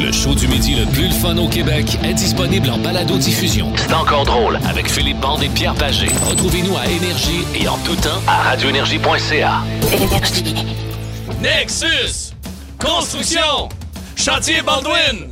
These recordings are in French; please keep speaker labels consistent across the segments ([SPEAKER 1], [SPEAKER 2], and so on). [SPEAKER 1] Le show du midi le plus le fun au Québec est disponible en balado-diffusion. C'est encore drôle avec Philippe Bande et Pierre Pagé. Retrouvez-nous à Énergie et en tout temps à radioénergie.ca.
[SPEAKER 2] Nexus! Construction! Chantier Baldwin!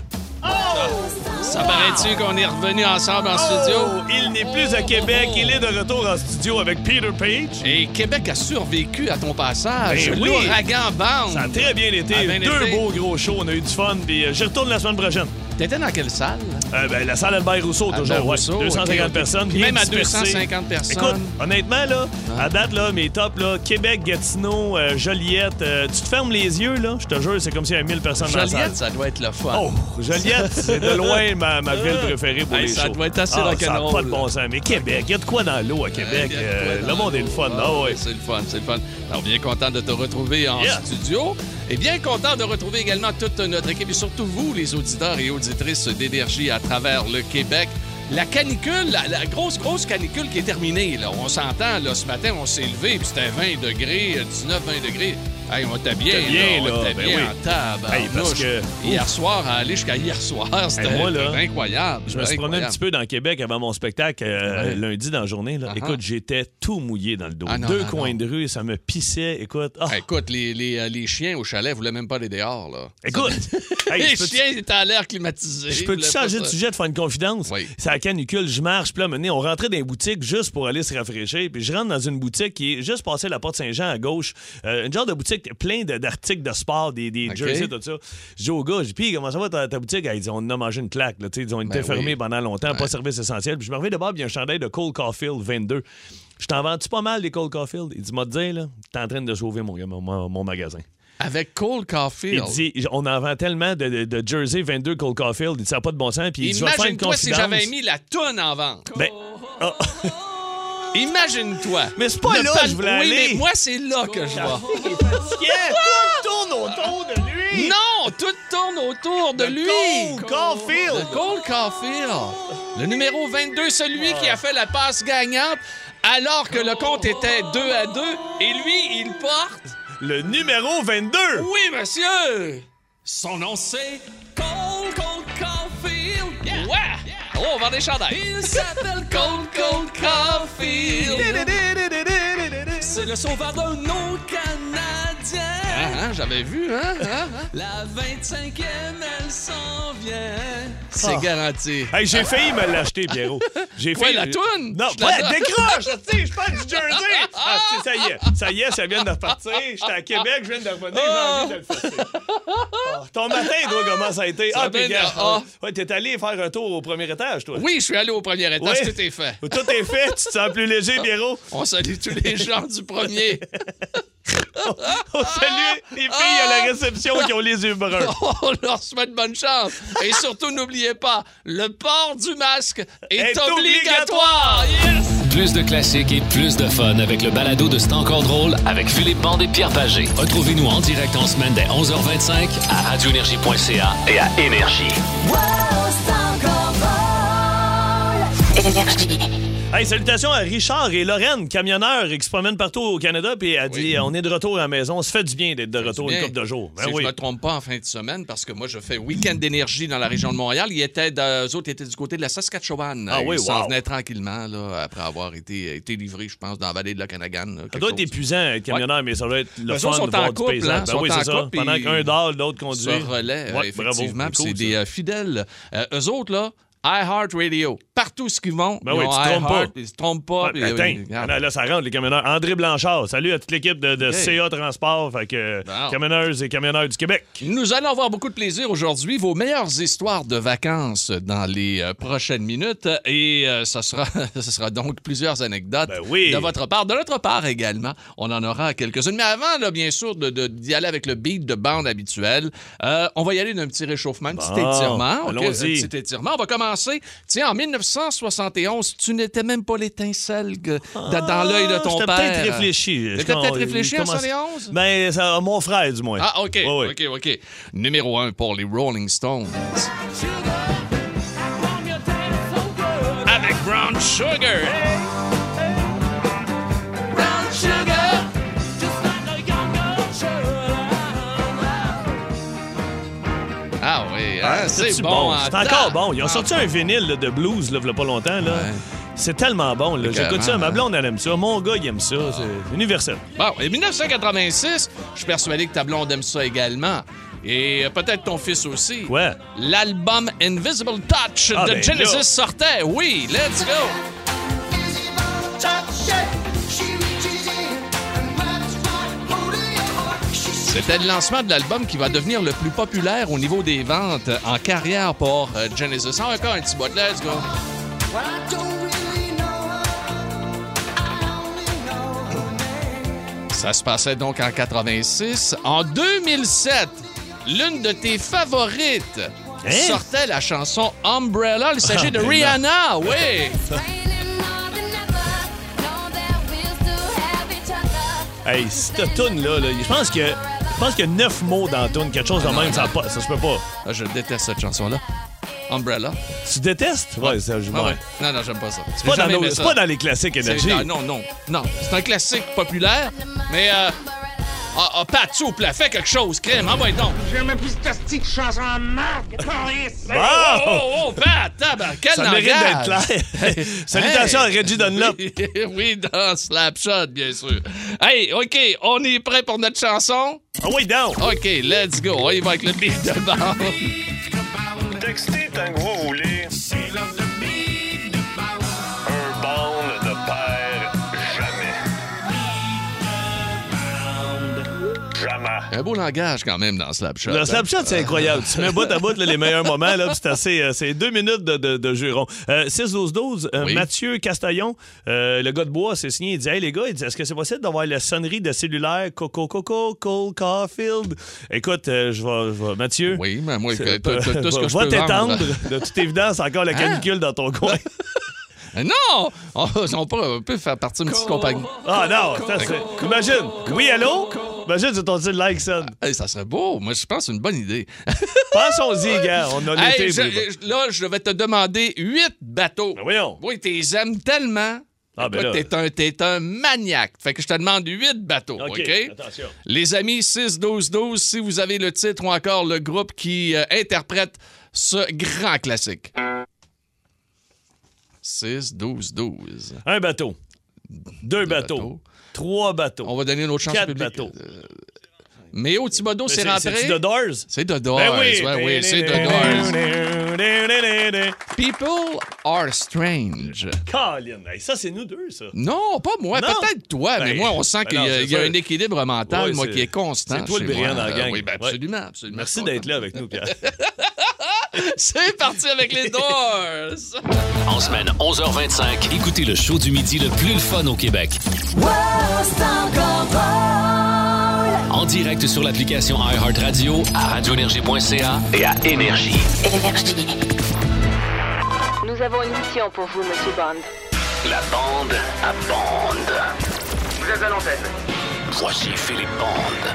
[SPEAKER 3] Ça paraît-tu qu'on est revenu ensemble en studio?
[SPEAKER 2] il n'est plus à Québec, il est de retour en studio avec Peter Page.
[SPEAKER 3] Et Québec a survécu à ton passage.
[SPEAKER 2] Ben oui.
[SPEAKER 3] L'ouragan bande.
[SPEAKER 2] Ça a très bien été,
[SPEAKER 3] Ah, bien
[SPEAKER 2] deux
[SPEAKER 3] été.
[SPEAKER 2] beaux gros shows, on a eu du fun, puis euh, j'y retourne la semaine prochaine.
[SPEAKER 3] T'étais dans quelle salle?
[SPEAKER 2] Euh, ben, la salle Albert Rousseau,
[SPEAKER 3] Albert
[SPEAKER 2] toujours, ouais.
[SPEAKER 3] Rousseau,
[SPEAKER 2] 250
[SPEAKER 3] ok, ok.
[SPEAKER 2] personnes,
[SPEAKER 3] Puis
[SPEAKER 2] bien
[SPEAKER 3] même à
[SPEAKER 2] dispersées.
[SPEAKER 3] 250 personnes. Hein?
[SPEAKER 2] Écoute, honnêtement, là, à date, là, mes tops, là, Québec, Gatineau, euh, Joliette, euh, tu te fermes les yeux, là, je te jure, c'est comme s'il y avait 1000 personnes dans la salle.
[SPEAKER 3] Joliette, ça doit être le fun.
[SPEAKER 2] Oh, Joliette, c'est de loin ma, ma ville préférée pour
[SPEAKER 3] Hey,
[SPEAKER 2] les
[SPEAKER 3] ça
[SPEAKER 2] shows.
[SPEAKER 3] doit être assez
[SPEAKER 2] Ah, Ça n'a
[SPEAKER 3] rock'n'roll,
[SPEAKER 2] pas de
[SPEAKER 3] là.
[SPEAKER 2] bon sens. Mais Québec, il y a de quoi dans l'eau à Québec.
[SPEAKER 3] Bien,
[SPEAKER 2] euh,
[SPEAKER 3] toi,
[SPEAKER 2] le
[SPEAKER 3] dans
[SPEAKER 2] monde est le fun.
[SPEAKER 3] Ah,
[SPEAKER 2] Ah, ouais.
[SPEAKER 3] oui, C'est le fun, c'est le fun. Alors, bien content de te retrouver en
[SPEAKER 2] Yeah.
[SPEAKER 3] studio et bien content de retrouver également toute notre équipe et surtout vous, les auditeurs et auditrices d'énergie à travers le Québec. La canicule, la, la grosse, grosse canicule qui est terminée, là. On s'entend, là, ce matin, on s'est levé, puis c'était 20 degrés, 19-20 degrés. Hey, on était bien,
[SPEAKER 2] T'es bien,
[SPEAKER 3] là, on
[SPEAKER 2] là,
[SPEAKER 3] était
[SPEAKER 2] ben
[SPEAKER 3] bien
[SPEAKER 2] oui.
[SPEAKER 3] en table.
[SPEAKER 2] Hey, parce que-
[SPEAKER 3] Hier soir, à aller jusqu'à hier soir, c'était
[SPEAKER 2] moi, là,
[SPEAKER 3] incroyable.
[SPEAKER 2] Je me suis promené un
[SPEAKER 3] incroyable.
[SPEAKER 2] petit peu dans Québec avant mon spectacle euh, lundi dans la journée. là.
[SPEAKER 3] Ah, ah.
[SPEAKER 2] Écoute, j'étais tout mouillé dans le dos.
[SPEAKER 3] Ah, non,
[SPEAKER 2] Deux
[SPEAKER 3] non,
[SPEAKER 2] coins
[SPEAKER 3] non.
[SPEAKER 2] de rue, ça me pissait. Écoute, ah,
[SPEAKER 3] Hey, écoute, les, les, euh, les chiens au chalet voulaient même pas aller dehors, là.
[SPEAKER 2] écoute, hey,
[SPEAKER 3] les
[SPEAKER 2] je peux-tu-
[SPEAKER 3] chiens étaient à l'air climatisé.
[SPEAKER 2] je peux-tu
[SPEAKER 3] voulaient
[SPEAKER 2] changer
[SPEAKER 3] pas
[SPEAKER 2] de
[SPEAKER 3] ça.
[SPEAKER 2] sujet, de faire une confidence?
[SPEAKER 3] euh, Oui.
[SPEAKER 2] C'est à canicule, je marche, puis là, à un moment donné, on rentrait dans les boutiques juste pour aller se rafraîchir, puis je rentre dans une boutique qui est juste passée la porte Saint-Jean à gauche, euh, une genre de boutique plein de- d'articles de sport, des, des
[SPEAKER 3] OK.
[SPEAKER 2] jerseys, tout ça. Je dis au gars, je dis, puis comment ça va ta, ta boutique? Ah, Il dit, on en a mangé une claque, là, tu sais, ils ont été
[SPEAKER 3] Ben
[SPEAKER 2] fermés
[SPEAKER 3] oui.
[SPEAKER 2] pendant longtemps, pas service essentiel. Puis je me reviens de bord, puis il y a un chandail de Cole Caulfield 22. Je t'en vends-tu pas mal, des Cole Caulfield? Il dit, m'a dit, là, t'es en train de sauver mon- mon- mon magasin.
[SPEAKER 3] Avec Cole Caulfield.
[SPEAKER 2] Il dit on en vend tellement de, de- de Jersey 22 Cole Caulfield, il dit ça n'a pas de bon sens. Puis il dit, je vais faire une
[SPEAKER 3] Imagine-toi si
[SPEAKER 2] confidence.
[SPEAKER 3] j'avais mis la tonne en vente.
[SPEAKER 2] Ben, ah,
[SPEAKER 3] Imagine-toi.
[SPEAKER 2] Mais c'est pas
[SPEAKER 3] Le
[SPEAKER 2] là
[SPEAKER 3] pan-
[SPEAKER 2] que je voulais
[SPEAKER 3] Oui,
[SPEAKER 2] aller. Bah.
[SPEAKER 3] mais moi, c'est là que je vais.
[SPEAKER 2] tourne autour de lui.
[SPEAKER 3] Non, tout tourne autour de lui.
[SPEAKER 2] Caulfield.
[SPEAKER 3] De Cole Caulfield. Le numéro 22, celui qui a fait la passe gagnante alors que le compte était 2 à 2 et lui, il porte
[SPEAKER 2] Le numéro 22.
[SPEAKER 3] Oui, monsieur! Son nom, c'est Cole Cole Caulfield. Ouais! Oh, on vend des chandails. Il s'appelle Cole Cole Caulfield. C'est le sauveur de nos Canadiens. j'avais vu, hein? La 25e, elle s'en vient. Ah. C'est garanti.
[SPEAKER 2] Hey, j'ai failli me l'acheter, Pierrot. J'ai
[SPEAKER 3] Quoi,
[SPEAKER 2] failli.
[SPEAKER 3] la toune?
[SPEAKER 2] Non,
[SPEAKER 3] Je la
[SPEAKER 2] ouais,
[SPEAKER 3] donne.
[SPEAKER 2] décroche, tu sais, je parle du Jersey. Ah, tu sais, ça y est, ça y est, ça vient de repartir. J'étais à Québec, je viens de revenir, j'ai envie de le fêter. Ah, ton matin, toi, comment ça a été?
[SPEAKER 3] Ça
[SPEAKER 2] ah, puis
[SPEAKER 3] vient de-
[SPEAKER 2] gars,
[SPEAKER 3] ah.
[SPEAKER 2] ouais, t'es allé faire un tour au premier étage, toi.
[SPEAKER 3] Oui, je suis allé au premier étage,
[SPEAKER 2] Ouais.
[SPEAKER 3] tout est fait.
[SPEAKER 2] Tout est fait, tu te sens plus léger, Pierrot.
[SPEAKER 3] On salue tous les gens du premier.
[SPEAKER 2] On salue Oh,
[SPEAKER 3] Ah!
[SPEAKER 2] les filles à la réception qui ont les yeux bruns.
[SPEAKER 3] On leur souhaite bonne chance. Oh, Et surtout, n'oubliez pas, le port du masque est,
[SPEAKER 2] Est
[SPEAKER 3] obligatoire.
[SPEAKER 2] obligatoire.
[SPEAKER 3] Yes!
[SPEAKER 1] Plus de classiques et plus de fun avec le balado de C'est encore drôle avec Philippe Bande et Pierre Pagé. Retrouvez-nous en direct en semaine dès 11h25 à radioénergie.ca et à Énergie.
[SPEAKER 2] Hey, salutations à Richard et Lorraine, camionneurs qui se promènent partout au Canada. Puis elle dit On est de retour à la maison. Ça fait du bien d'être de retour une
[SPEAKER 3] Bien.
[SPEAKER 2] couple de jours. Ben
[SPEAKER 3] si
[SPEAKER 2] oui.
[SPEAKER 3] je me trompe pas en fin de semaine, parce que moi, je fais week-end d'énergie dans la région de Montréal. Ils étaient, de- eux autres étaient du côté de la Saskatchewan.
[SPEAKER 2] Ah oui,
[SPEAKER 3] Ils s'en
[SPEAKER 2] wow.
[SPEAKER 3] venaient tranquillement, là, après avoir été, été livrés, je pense, dans la vallée de la Canagan. là,
[SPEAKER 2] Ça
[SPEAKER 3] quelque
[SPEAKER 2] doit
[SPEAKER 3] chose.
[SPEAKER 2] être
[SPEAKER 3] Ben,
[SPEAKER 2] épuisant être camionneur, mais ça doit être le
[SPEAKER 3] Eux
[SPEAKER 2] fun
[SPEAKER 3] autres sont
[SPEAKER 2] de
[SPEAKER 3] en
[SPEAKER 2] voir
[SPEAKER 3] couple,
[SPEAKER 2] du paysage.
[SPEAKER 3] hein,
[SPEAKER 2] Ben
[SPEAKER 3] sont
[SPEAKER 2] oui,
[SPEAKER 3] en
[SPEAKER 2] c'est ça.
[SPEAKER 3] couple,
[SPEAKER 2] Pendant
[SPEAKER 3] puis
[SPEAKER 2] qu'un dort, l'autre conduit.
[SPEAKER 3] se relaient,
[SPEAKER 2] Ouais, bravo,
[SPEAKER 3] effectivement.
[SPEAKER 2] c'est
[SPEAKER 3] puis c'est
[SPEAKER 2] cool,
[SPEAKER 3] des
[SPEAKER 2] ça.
[SPEAKER 3] euh, fidèles. Euh, eux autres, là, iHeartRadio. Partout ce qu'ils vont,
[SPEAKER 2] Ben
[SPEAKER 3] ils
[SPEAKER 2] oui,
[SPEAKER 3] ont
[SPEAKER 2] tu te trompes
[SPEAKER 3] iHeart,
[SPEAKER 2] pas.
[SPEAKER 3] Ils se trompent pas.
[SPEAKER 2] Ouais, ben,
[SPEAKER 3] puis,
[SPEAKER 2] attends,
[SPEAKER 3] euh, regarde.
[SPEAKER 2] là, ça rentre, les camionneurs. André Blanchard, salut à toute l'équipe de, de
[SPEAKER 3] Ok.
[SPEAKER 2] CA Transport, fait que,
[SPEAKER 3] Bon.
[SPEAKER 2] camionneuses et camionneurs du Québec.
[SPEAKER 3] Nous allons avoir beaucoup de plaisir aujourd'hui. Vos meilleures histoires de vacances dans les euh, prochaines minutes. Et euh, ce, sera, ce sera donc plusieurs anecdotes
[SPEAKER 2] Ben oui.
[SPEAKER 3] de votre part. De notre part également, on en aura quelques-unes. Mais avant, là, bien sûr, de- de- d'y aller avec le beat de bande habituel, euh, on va y aller d'un petit réchauffement, un petit
[SPEAKER 2] Bon,
[SPEAKER 3] étirement. ok?
[SPEAKER 2] allons-y.
[SPEAKER 3] Un petit étirement. On va commencer. Tiens, en 1971, tu n'étais même pas l'étincelle que- dans- Ah, dans l'œil de ton
[SPEAKER 2] Ah, J'étais
[SPEAKER 3] père.
[SPEAKER 2] peut-être réfléchi.
[SPEAKER 3] T'étais peut-être
[SPEAKER 2] Je-
[SPEAKER 3] réfléchi
[SPEAKER 2] je
[SPEAKER 3] en
[SPEAKER 2] commence-
[SPEAKER 3] 71?
[SPEAKER 2] Ben, ça, mon frère, du moins.
[SPEAKER 3] Ah, OK.
[SPEAKER 2] Ouais, ouais.
[SPEAKER 3] OK, OK. Numéro 1 pour les Rolling Stones. Avec Brown Sugar. Brown Sugar. Ah oui, hein,
[SPEAKER 2] Ah,
[SPEAKER 3] c'est
[SPEAKER 2] c'est-tu
[SPEAKER 3] bon. en
[SPEAKER 2] C'est encore
[SPEAKER 3] temps.
[SPEAKER 2] bon. Ils ont
[SPEAKER 3] En
[SPEAKER 2] sorti
[SPEAKER 3] temps.
[SPEAKER 2] un vinyle là, de blues là, il y a pas longtemps. là. C'est tellement bon. là. J'écoute ça.
[SPEAKER 3] Écœurant,
[SPEAKER 2] Ma
[SPEAKER 3] hein.
[SPEAKER 2] blonde, elle aime ça. Mon gars, il aime ça.
[SPEAKER 3] Ah.
[SPEAKER 2] C'est universel.
[SPEAKER 3] Bon, et 1986, je suis persuadé que ta blonde aime ça également. Et euh, peut-être ton fils aussi.
[SPEAKER 2] Ouais.
[SPEAKER 3] L'album Invisible Touch
[SPEAKER 2] Ah,
[SPEAKER 3] de
[SPEAKER 2] ben
[SPEAKER 3] Genesis
[SPEAKER 2] là.
[SPEAKER 3] sortait. Oui, let's go. C'était le lancement de l'album qui va devenir le plus populaire au niveau des ventes en carrière pour euh, Genesis. Encore un petit bout, let's go. Ça se passait donc en 86. En 2007, l'une de tes favorites
[SPEAKER 2] Hein?
[SPEAKER 3] sortait la chanson Umbrella. Il s'agit
[SPEAKER 2] Ah,
[SPEAKER 3] de
[SPEAKER 2] ben non.
[SPEAKER 3] Rihanna, oui.
[SPEAKER 2] Hey, cette tune là, là, je pense que je pense qu'il y a neuf mots dans la tune, quelque chose de même, ça a pas, ça se peut pas.
[SPEAKER 3] Ah, Je déteste cette chanson-là. Umbrella.
[SPEAKER 2] Tu détestes Ouais, ça, je
[SPEAKER 3] Ah
[SPEAKER 2] ouais.
[SPEAKER 3] ouais. Non, non, j'aime pas ça.
[SPEAKER 2] C'est pas, dans nos- c'est pas dans les classiques énergie.
[SPEAKER 3] Non, non, non. C'est un classique populaire, mais... Euh, ah, ah, Patsy au plat, fais quelque chose, crème, envoie donc. Oh,
[SPEAKER 2] Bon!
[SPEAKER 3] oh, oh, Pat, tabac, quel
[SPEAKER 2] Ça mérite d'être
[SPEAKER 3] langage.
[SPEAKER 2] clair. Salutations à Reggie Dunlop.
[SPEAKER 3] Oui, oui, dans Slapshot, bien sûr. Hey, OK, on est prêt pour notre chanson?
[SPEAKER 2] Ah oui, donc!
[SPEAKER 3] OK, let's go. On y va avec le beat de bande.
[SPEAKER 4] Textez tant que vous voulez. Un bond ne perd jamais. Jamais.
[SPEAKER 3] Un beau langage quand même dans Slapshot.
[SPEAKER 2] Le Snapchat, c'est incroyable. tu mets bout à bout là, les meilleurs moments. Là, puis c'est assez. euh, c'est deux minutes de, de, de jeu rond. Euh, 6-12-12, euh,
[SPEAKER 3] Oui.
[SPEAKER 2] Mathieu Castaillon, euh, le gars de bois, s'est signé. Il dit Hey les gars, il dit, est-ce que c'est possible d'avoir la sonnerie de cellulaire Coco Coco, Cole Caulfield Écoute, euh, je vais. je vais- Mathieu.
[SPEAKER 3] Oui, mais moi,
[SPEAKER 2] c'est-
[SPEAKER 3] tout, tout- tout ce que je
[SPEAKER 2] va
[SPEAKER 3] peux
[SPEAKER 2] t'étendre.
[SPEAKER 3] vendre. Hein?
[SPEAKER 2] De toute évidence, encore la canicule dans ton coin.
[SPEAKER 3] Euh, Non! On, on peut, on peut faire partie d'une petite compagnie.
[SPEAKER 2] ah non, ça, c'est- imagine. Oui, allô Imagine, c'est ton style like son.
[SPEAKER 3] Hey, ça serait beau. Moi, je pense que c'est une bonne idée.
[SPEAKER 2] Passons-y, gars. On a
[SPEAKER 3] Hey,
[SPEAKER 2] l'été.
[SPEAKER 3] je-
[SPEAKER 2] mais bon.
[SPEAKER 3] je- là, je vais te demander huit bateaux.
[SPEAKER 2] Ben voyons.
[SPEAKER 3] Oui, t'es aimes tellement.
[SPEAKER 2] Ah, ben
[SPEAKER 3] Écoute,
[SPEAKER 2] là.
[SPEAKER 3] t'es un, t'es un maniaque. Fait que je te demande huit bateaux, euh, OK?
[SPEAKER 2] OK, attention.
[SPEAKER 3] Les amis, 6-12-12, si vous avez le titre ou encore le groupe qui euh, interprète ce grand classique. 6-12-12.
[SPEAKER 2] Un bateau. Deux bateaux.
[SPEAKER 3] bateaux.
[SPEAKER 2] Trois bateaux.
[SPEAKER 3] On va donner une autre chance au
[SPEAKER 2] quatre
[SPEAKER 3] public.
[SPEAKER 2] bateaux.
[SPEAKER 3] Méo Thibodeau,
[SPEAKER 2] Mais
[SPEAKER 3] c'est
[SPEAKER 2] C'est-tu The
[SPEAKER 3] rentré.
[SPEAKER 2] Doors?
[SPEAKER 3] C'est de Doors.
[SPEAKER 2] Ben
[SPEAKER 3] Ouais, oui, c'est de Doors. People are strange.
[SPEAKER 2] Colin, hey, ça c'est nous deux, ça.
[SPEAKER 3] Non, pas moi.
[SPEAKER 2] Non.
[SPEAKER 3] Peut-être toi, mais
[SPEAKER 2] Ben,
[SPEAKER 3] moi, on sent
[SPEAKER 2] ben
[SPEAKER 3] qu'il y
[SPEAKER 2] non,
[SPEAKER 3] a,
[SPEAKER 2] c'est
[SPEAKER 3] il y a
[SPEAKER 2] sûr.
[SPEAKER 3] un équilibre mental,
[SPEAKER 2] Ouais,
[SPEAKER 3] moi,
[SPEAKER 2] c'est-
[SPEAKER 3] qui est constant.
[SPEAKER 2] c'est toi le
[SPEAKER 3] chez
[SPEAKER 2] brillant
[SPEAKER 3] moi.
[SPEAKER 2] dans la
[SPEAKER 3] Euh,
[SPEAKER 2] gang.
[SPEAKER 3] oui, ben,
[SPEAKER 2] Ouais.
[SPEAKER 3] absolument, absolument.
[SPEAKER 2] Merci d'être là avec nous, Pierre.
[SPEAKER 3] C'est parti avec les Doors.
[SPEAKER 1] En semaine 11h25, écoutez le show du midi le plus le fun au Québec. En direct sur l'application iHeartRadio, à radioénergie.ca et à Énergie.
[SPEAKER 5] Nous avons une mission pour vous, Monsieur Bond.
[SPEAKER 1] La bande à bande.
[SPEAKER 6] Vous êtes à l'antenne.
[SPEAKER 1] Voici Philippe Bande.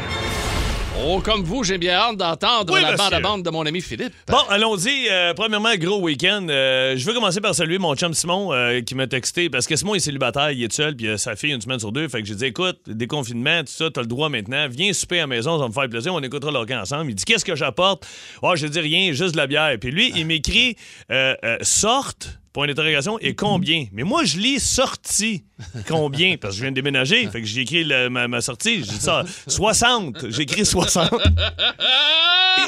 [SPEAKER 3] Oh, comme vous, j'ai bien hâte d'entendre
[SPEAKER 2] Oui,
[SPEAKER 3] la bande à
[SPEAKER 2] monsieur.
[SPEAKER 3] bande de mon ami Philippe.
[SPEAKER 2] Bon, allons-y. Euh, premièrement, gros week-end. Euh, je veux commencer par saluer mon chum Simon euh, qui m'a texté parce que Simon est célibataire, il est tout seul, puis euh, sa fille une semaine sur deux. Fait que j'ai dit écoute, déconfinement, tout ça, t'as le droit maintenant. Viens souper à la maison, ça va me faire plaisir. On écoutera l'organ ensemble. Il dit qu'est-ce que j'apporte Oh, je dis rien, juste de la bière. Puis lui, il m'écrit euh, euh, sorte. Point d'interrogation, et combien? Mais moi, je lis sortie. Combien? Parce que je viens de déménager. Fait que j'ai écrit le- ma, ma sortie. J'ai dit ça. 60. J'ai écrit 60.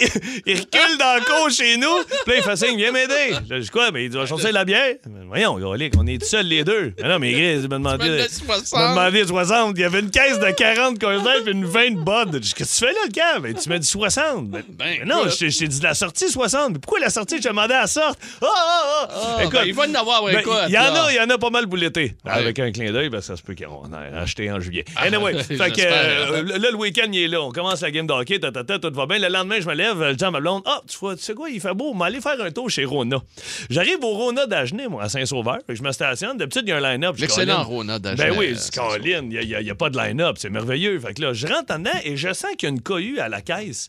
[SPEAKER 2] il, il recule dans le cours chez nous. Puis là, il fait signe, viens m'aider. Je dis quoi? Mais il dit, va chercher de la bière. Mais voyons, Golic, on est seuls les deux. Mais non, mais Gris, il m'a demandé.
[SPEAKER 3] Tu m'as donné
[SPEAKER 2] il m'a demandé 60. Il y avait une caisse de 40 Corsair puis une 20 de Bud. Je dis, qu'est-ce que tu fais là, le gars? Ben, tu m'as dit 60. Ben,
[SPEAKER 3] Ben,
[SPEAKER 2] mais non,
[SPEAKER 3] écoute.
[SPEAKER 2] je t'ai- je t'ai dit la sortie 60. Mais pourquoi la sortie? Je te demandais la sorte. Ah, ah, ah.
[SPEAKER 3] Ah, ben, il va en avoir, ouais,
[SPEAKER 2] ben,
[SPEAKER 3] écoute,
[SPEAKER 2] Il y en
[SPEAKER 3] là.
[SPEAKER 2] a, il y en a pas mal bouletté.
[SPEAKER 3] Ouais. Ah,
[SPEAKER 2] Avec un clin d'œil, ben, ça se peut qu'on en a acheté en juillet. Anyway, fait que,
[SPEAKER 3] j'espère.
[SPEAKER 2] euh, le- là, le week-end, il est là. On commence la game de hockey, ta, ta, ta, tout va bien. Le lendemain, je me lève, euh, je dis à ma blonde, ah, tu, vois, tu sais quoi, il fait beau, on va aller faire un tour chez Rona. J'arrive au Rona d'Agenais, moi, à Saint-Sauveur. Fait que je me stationne. D'habitude, il y a un line-up. Je dis,
[SPEAKER 3] L'excellent
[SPEAKER 2] Colin.
[SPEAKER 3] Rona d'Agenais,
[SPEAKER 2] Ben oui,
[SPEAKER 3] euh,
[SPEAKER 2] je dis,
[SPEAKER 3] Saint-Sauveur.
[SPEAKER 2] Colin, il n'y a, pas de line-up, c'est merveilleux. Fait que là, je rentre en dedans et je sens qu'il y a une cohue à la caisse.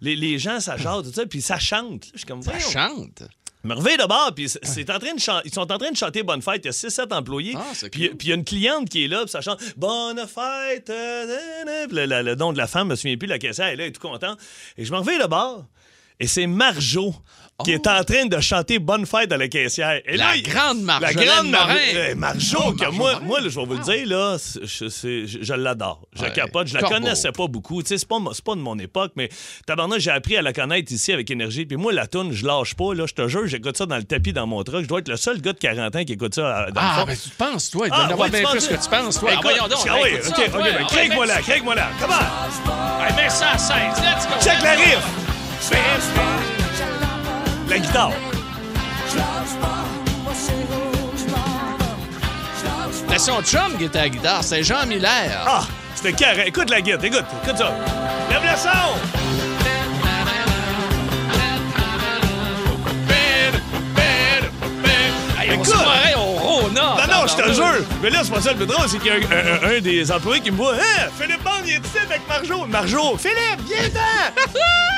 [SPEAKER 2] Les, les gens, ça jase, tout ça, puis ça chante. Je suis comme,
[SPEAKER 3] Ça
[SPEAKER 2] voyons,
[SPEAKER 3] chante.
[SPEAKER 2] je me réveille de bord, puis c'est- c'est en train de chan- ils sont en train de chanter Bonne fête. Il y a 6-7 employés.
[SPEAKER 3] Ah, c'est
[SPEAKER 2] puis
[SPEAKER 3] cool.
[SPEAKER 2] puis il y a une cliente qui est là, puis ça chante Bonne fête. euh, nan, nan. Puis le, le- le nom de la femme, je me souviens plus, la caissière, elle est là, elle est tout contente. Et je me réveille de bord, et c'est Marjo qui est en train de chanter Bonne fête à la caissière. Et
[SPEAKER 3] Oh. La
[SPEAKER 2] il-
[SPEAKER 3] grande
[SPEAKER 2] La
[SPEAKER 3] Marjolaine
[SPEAKER 2] grande Mar-
[SPEAKER 3] Morin.
[SPEAKER 2] Eh, Marjo,
[SPEAKER 3] Oh,
[SPEAKER 2] que
[SPEAKER 3] Marjo
[SPEAKER 2] moi,
[SPEAKER 3] Morin.
[SPEAKER 2] moi là, je vais vous le dire, là, c'est- je, c'est- je- je l'adore. Je
[SPEAKER 3] Ouais.
[SPEAKER 2] capote. Je la
[SPEAKER 3] Corbeau.
[SPEAKER 2] connaissais pas beaucoup. Tu sais, c'est pas, mo- c'est pas de mon époque, mais tabarnak, j'ai appris à la connaître ici avec énergie. Puis moi, la toune, je lâche pas. Là, je te jure, j'écoute ça dans le tapis dans mon truck. Je dois être le seul gars de 40 ans qui écoute ça euh, dans le
[SPEAKER 3] Ah,
[SPEAKER 2] fond.
[SPEAKER 3] ben tu te penses, toi. Il doit
[SPEAKER 2] Ah,
[SPEAKER 3] en avoir
[SPEAKER 2] ouais,
[SPEAKER 3] bien
[SPEAKER 2] tu
[SPEAKER 3] plus
[SPEAKER 2] penses-
[SPEAKER 3] que tu penses, toi.
[SPEAKER 2] Écoute,
[SPEAKER 3] Ah, voyons donc.
[SPEAKER 2] ah oui,
[SPEAKER 3] écoute ça,
[SPEAKER 2] ok, ok,
[SPEAKER 3] ouais,
[SPEAKER 2] ben,
[SPEAKER 3] ouais,
[SPEAKER 2] Craig-moi
[SPEAKER 3] mets-
[SPEAKER 2] là, craig-moi là. Come on! Hey, mets ça à scène.
[SPEAKER 3] Let's go.
[SPEAKER 2] Check la riff! La guitare.
[SPEAKER 3] C'était son chum qui était à la guitare. C'est Jean Miller.
[SPEAKER 2] Ah, c'était carré. Écoute la guitare, écoute, écoute ça. Lève le son!
[SPEAKER 3] Hey, on
[SPEAKER 2] Ben, Écoute.
[SPEAKER 3] se croirait au Rona.
[SPEAKER 2] Non, non, je te jure! Mais là, c'est pas ça le plus drôle, c'est qu'il y a un, un- un des employés qui me voit. Hein, Philippe Bond, il est ici avec Marjo. Marjo, Philippe, viens-t'en!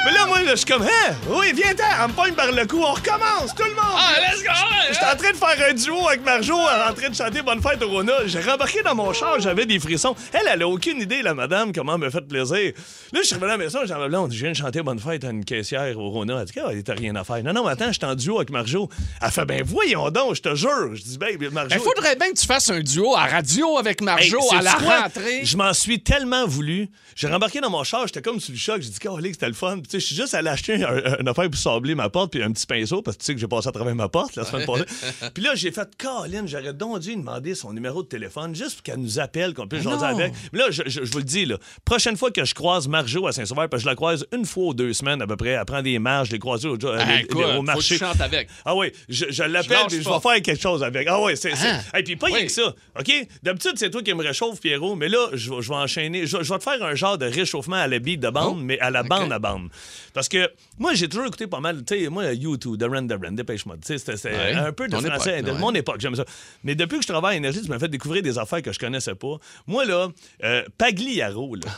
[SPEAKER 2] Mais là, moi, là, je suis comme, hein? Oui, viens-t'en! Elle me pogne par le cou, on recommence, tout le monde!
[SPEAKER 3] Ah, let's go!
[SPEAKER 2] Je suis en train de faire un duo avec Marjo en train de chanter Bonne fête au Rona. J'ai rembarqué dans mon char, j'avais des frissons. Elle, elle a aucune idée, la madame, comment me fait plaisir. Là, je suis revenu à la maison, j'ai dit, Ah, là, on dit, je viens de chanter Bonne fête à une caissière au Rona. Elle dit, ah, t'as rien à faire. Non, non, mais attends, je suis en duo avec Marjo. Elle fait, ben voyons donc, je te jure. Je dis, ben, Marjo.
[SPEAKER 3] Il faudrait bien que tu fasses un duo à radio avec
[SPEAKER 2] Hey,
[SPEAKER 3] Marjo à
[SPEAKER 2] sais-tu
[SPEAKER 3] la
[SPEAKER 2] quoi?
[SPEAKER 3] rentrée.
[SPEAKER 2] Je m'en suis tellement voulu. J'ai rembarqué dans mon char, j'étais comme sous le choc. J'ai dit, Calique, c'était le fun. Puis, Tu sais, je suis juste allé acheter un, un- une affaire pour sabler ma porte, puis un petit pinceau, parce que tu sais que j'ai passé à travers ma porte la semaine passée. puis là, j'ai fait, Colin, j'aurais donc dû lui demander son numéro de téléphone, juste pour qu'elle nous appelle, qu'on puisse jaser avec. Mais là, je, je- je vous le dis, là, prochaine fois que je croise Marjo à Saint-Sauveur, parce que je la croise une fois ou deux semaines à peu près, elle prend des marges, je l'ai croisée au, jo-
[SPEAKER 3] Ah,
[SPEAKER 2] les-
[SPEAKER 3] écoute,
[SPEAKER 2] les- au
[SPEAKER 3] faut que
[SPEAKER 2] marché.
[SPEAKER 3] tu chantes avec.
[SPEAKER 2] Ah oui, je, je l'appelle,
[SPEAKER 3] lâche
[SPEAKER 2] puis je
[SPEAKER 3] pas.
[SPEAKER 2] vais faire quelque chose avec. Ah oui, c'est. c'est-
[SPEAKER 3] Ah.
[SPEAKER 2] Hey, puis pas rien
[SPEAKER 3] Oui.
[SPEAKER 2] que ça. OK? D'habitude, c'est toi qui me réchauffe, Pierrot, mais là, je vais je vais enchaîner. Je vais je vais te faire un genre de réchauffement à la bille de bande,
[SPEAKER 3] Oh,
[SPEAKER 2] mais à la
[SPEAKER 3] ok.
[SPEAKER 2] bande à bande. Parce que moi, j'ai toujours écouté pas mal. Tu sais, moi, YouTube, Duran Duran, Dépêche-moi. Tu sais, c'était c'était
[SPEAKER 3] Ouais.
[SPEAKER 2] un peu de
[SPEAKER 3] Ton
[SPEAKER 2] français.
[SPEAKER 3] époque,
[SPEAKER 2] de
[SPEAKER 3] ouais.
[SPEAKER 2] mon époque, j'aime ça. Mais depuis que je travaille à Énergie, tu m'as fait découvrir des affaires que je connaissais pas. Moi, là, euh, Pagliaro, là.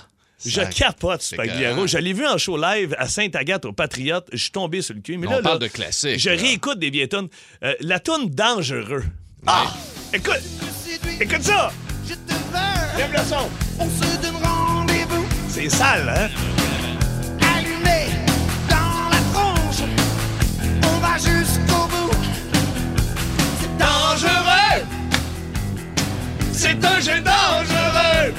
[SPEAKER 2] Je
[SPEAKER 3] Ah, sac.
[SPEAKER 2] capote sur
[SPEAKER 3] C'est
[SPEAKER 2] Pagliaro.
[SPEAKER 3] carrément.
[SPEAKER 2] Je l'ai vu en show live à Sainte-Agathe au Patriote. Je suis tombé sur le cul. Mais
[SPEAKER 3] On
[SPEAKER 2] là,
[SPEAKER 3] parle
[SPEAKER 2] là,
[SPEAKER 3] de classique,
[SPEAKER 2] Je
[SPEAKER 3] là.
[SPEAKER 2] réécoute des vieilles tunes. Euh, la tune Dangereux. Ah! Écoute! Écoute ça! Lève le son!
[SPEAKER 6] On se donne rendez-vous
[SPEAKER 2] C'est sale, hein?
[SPEAKER 6] allumé dans la tronche. On va jusqu'au bout. C'est dangereux.
[SPEAKER 2] C'est un jeu dangereux!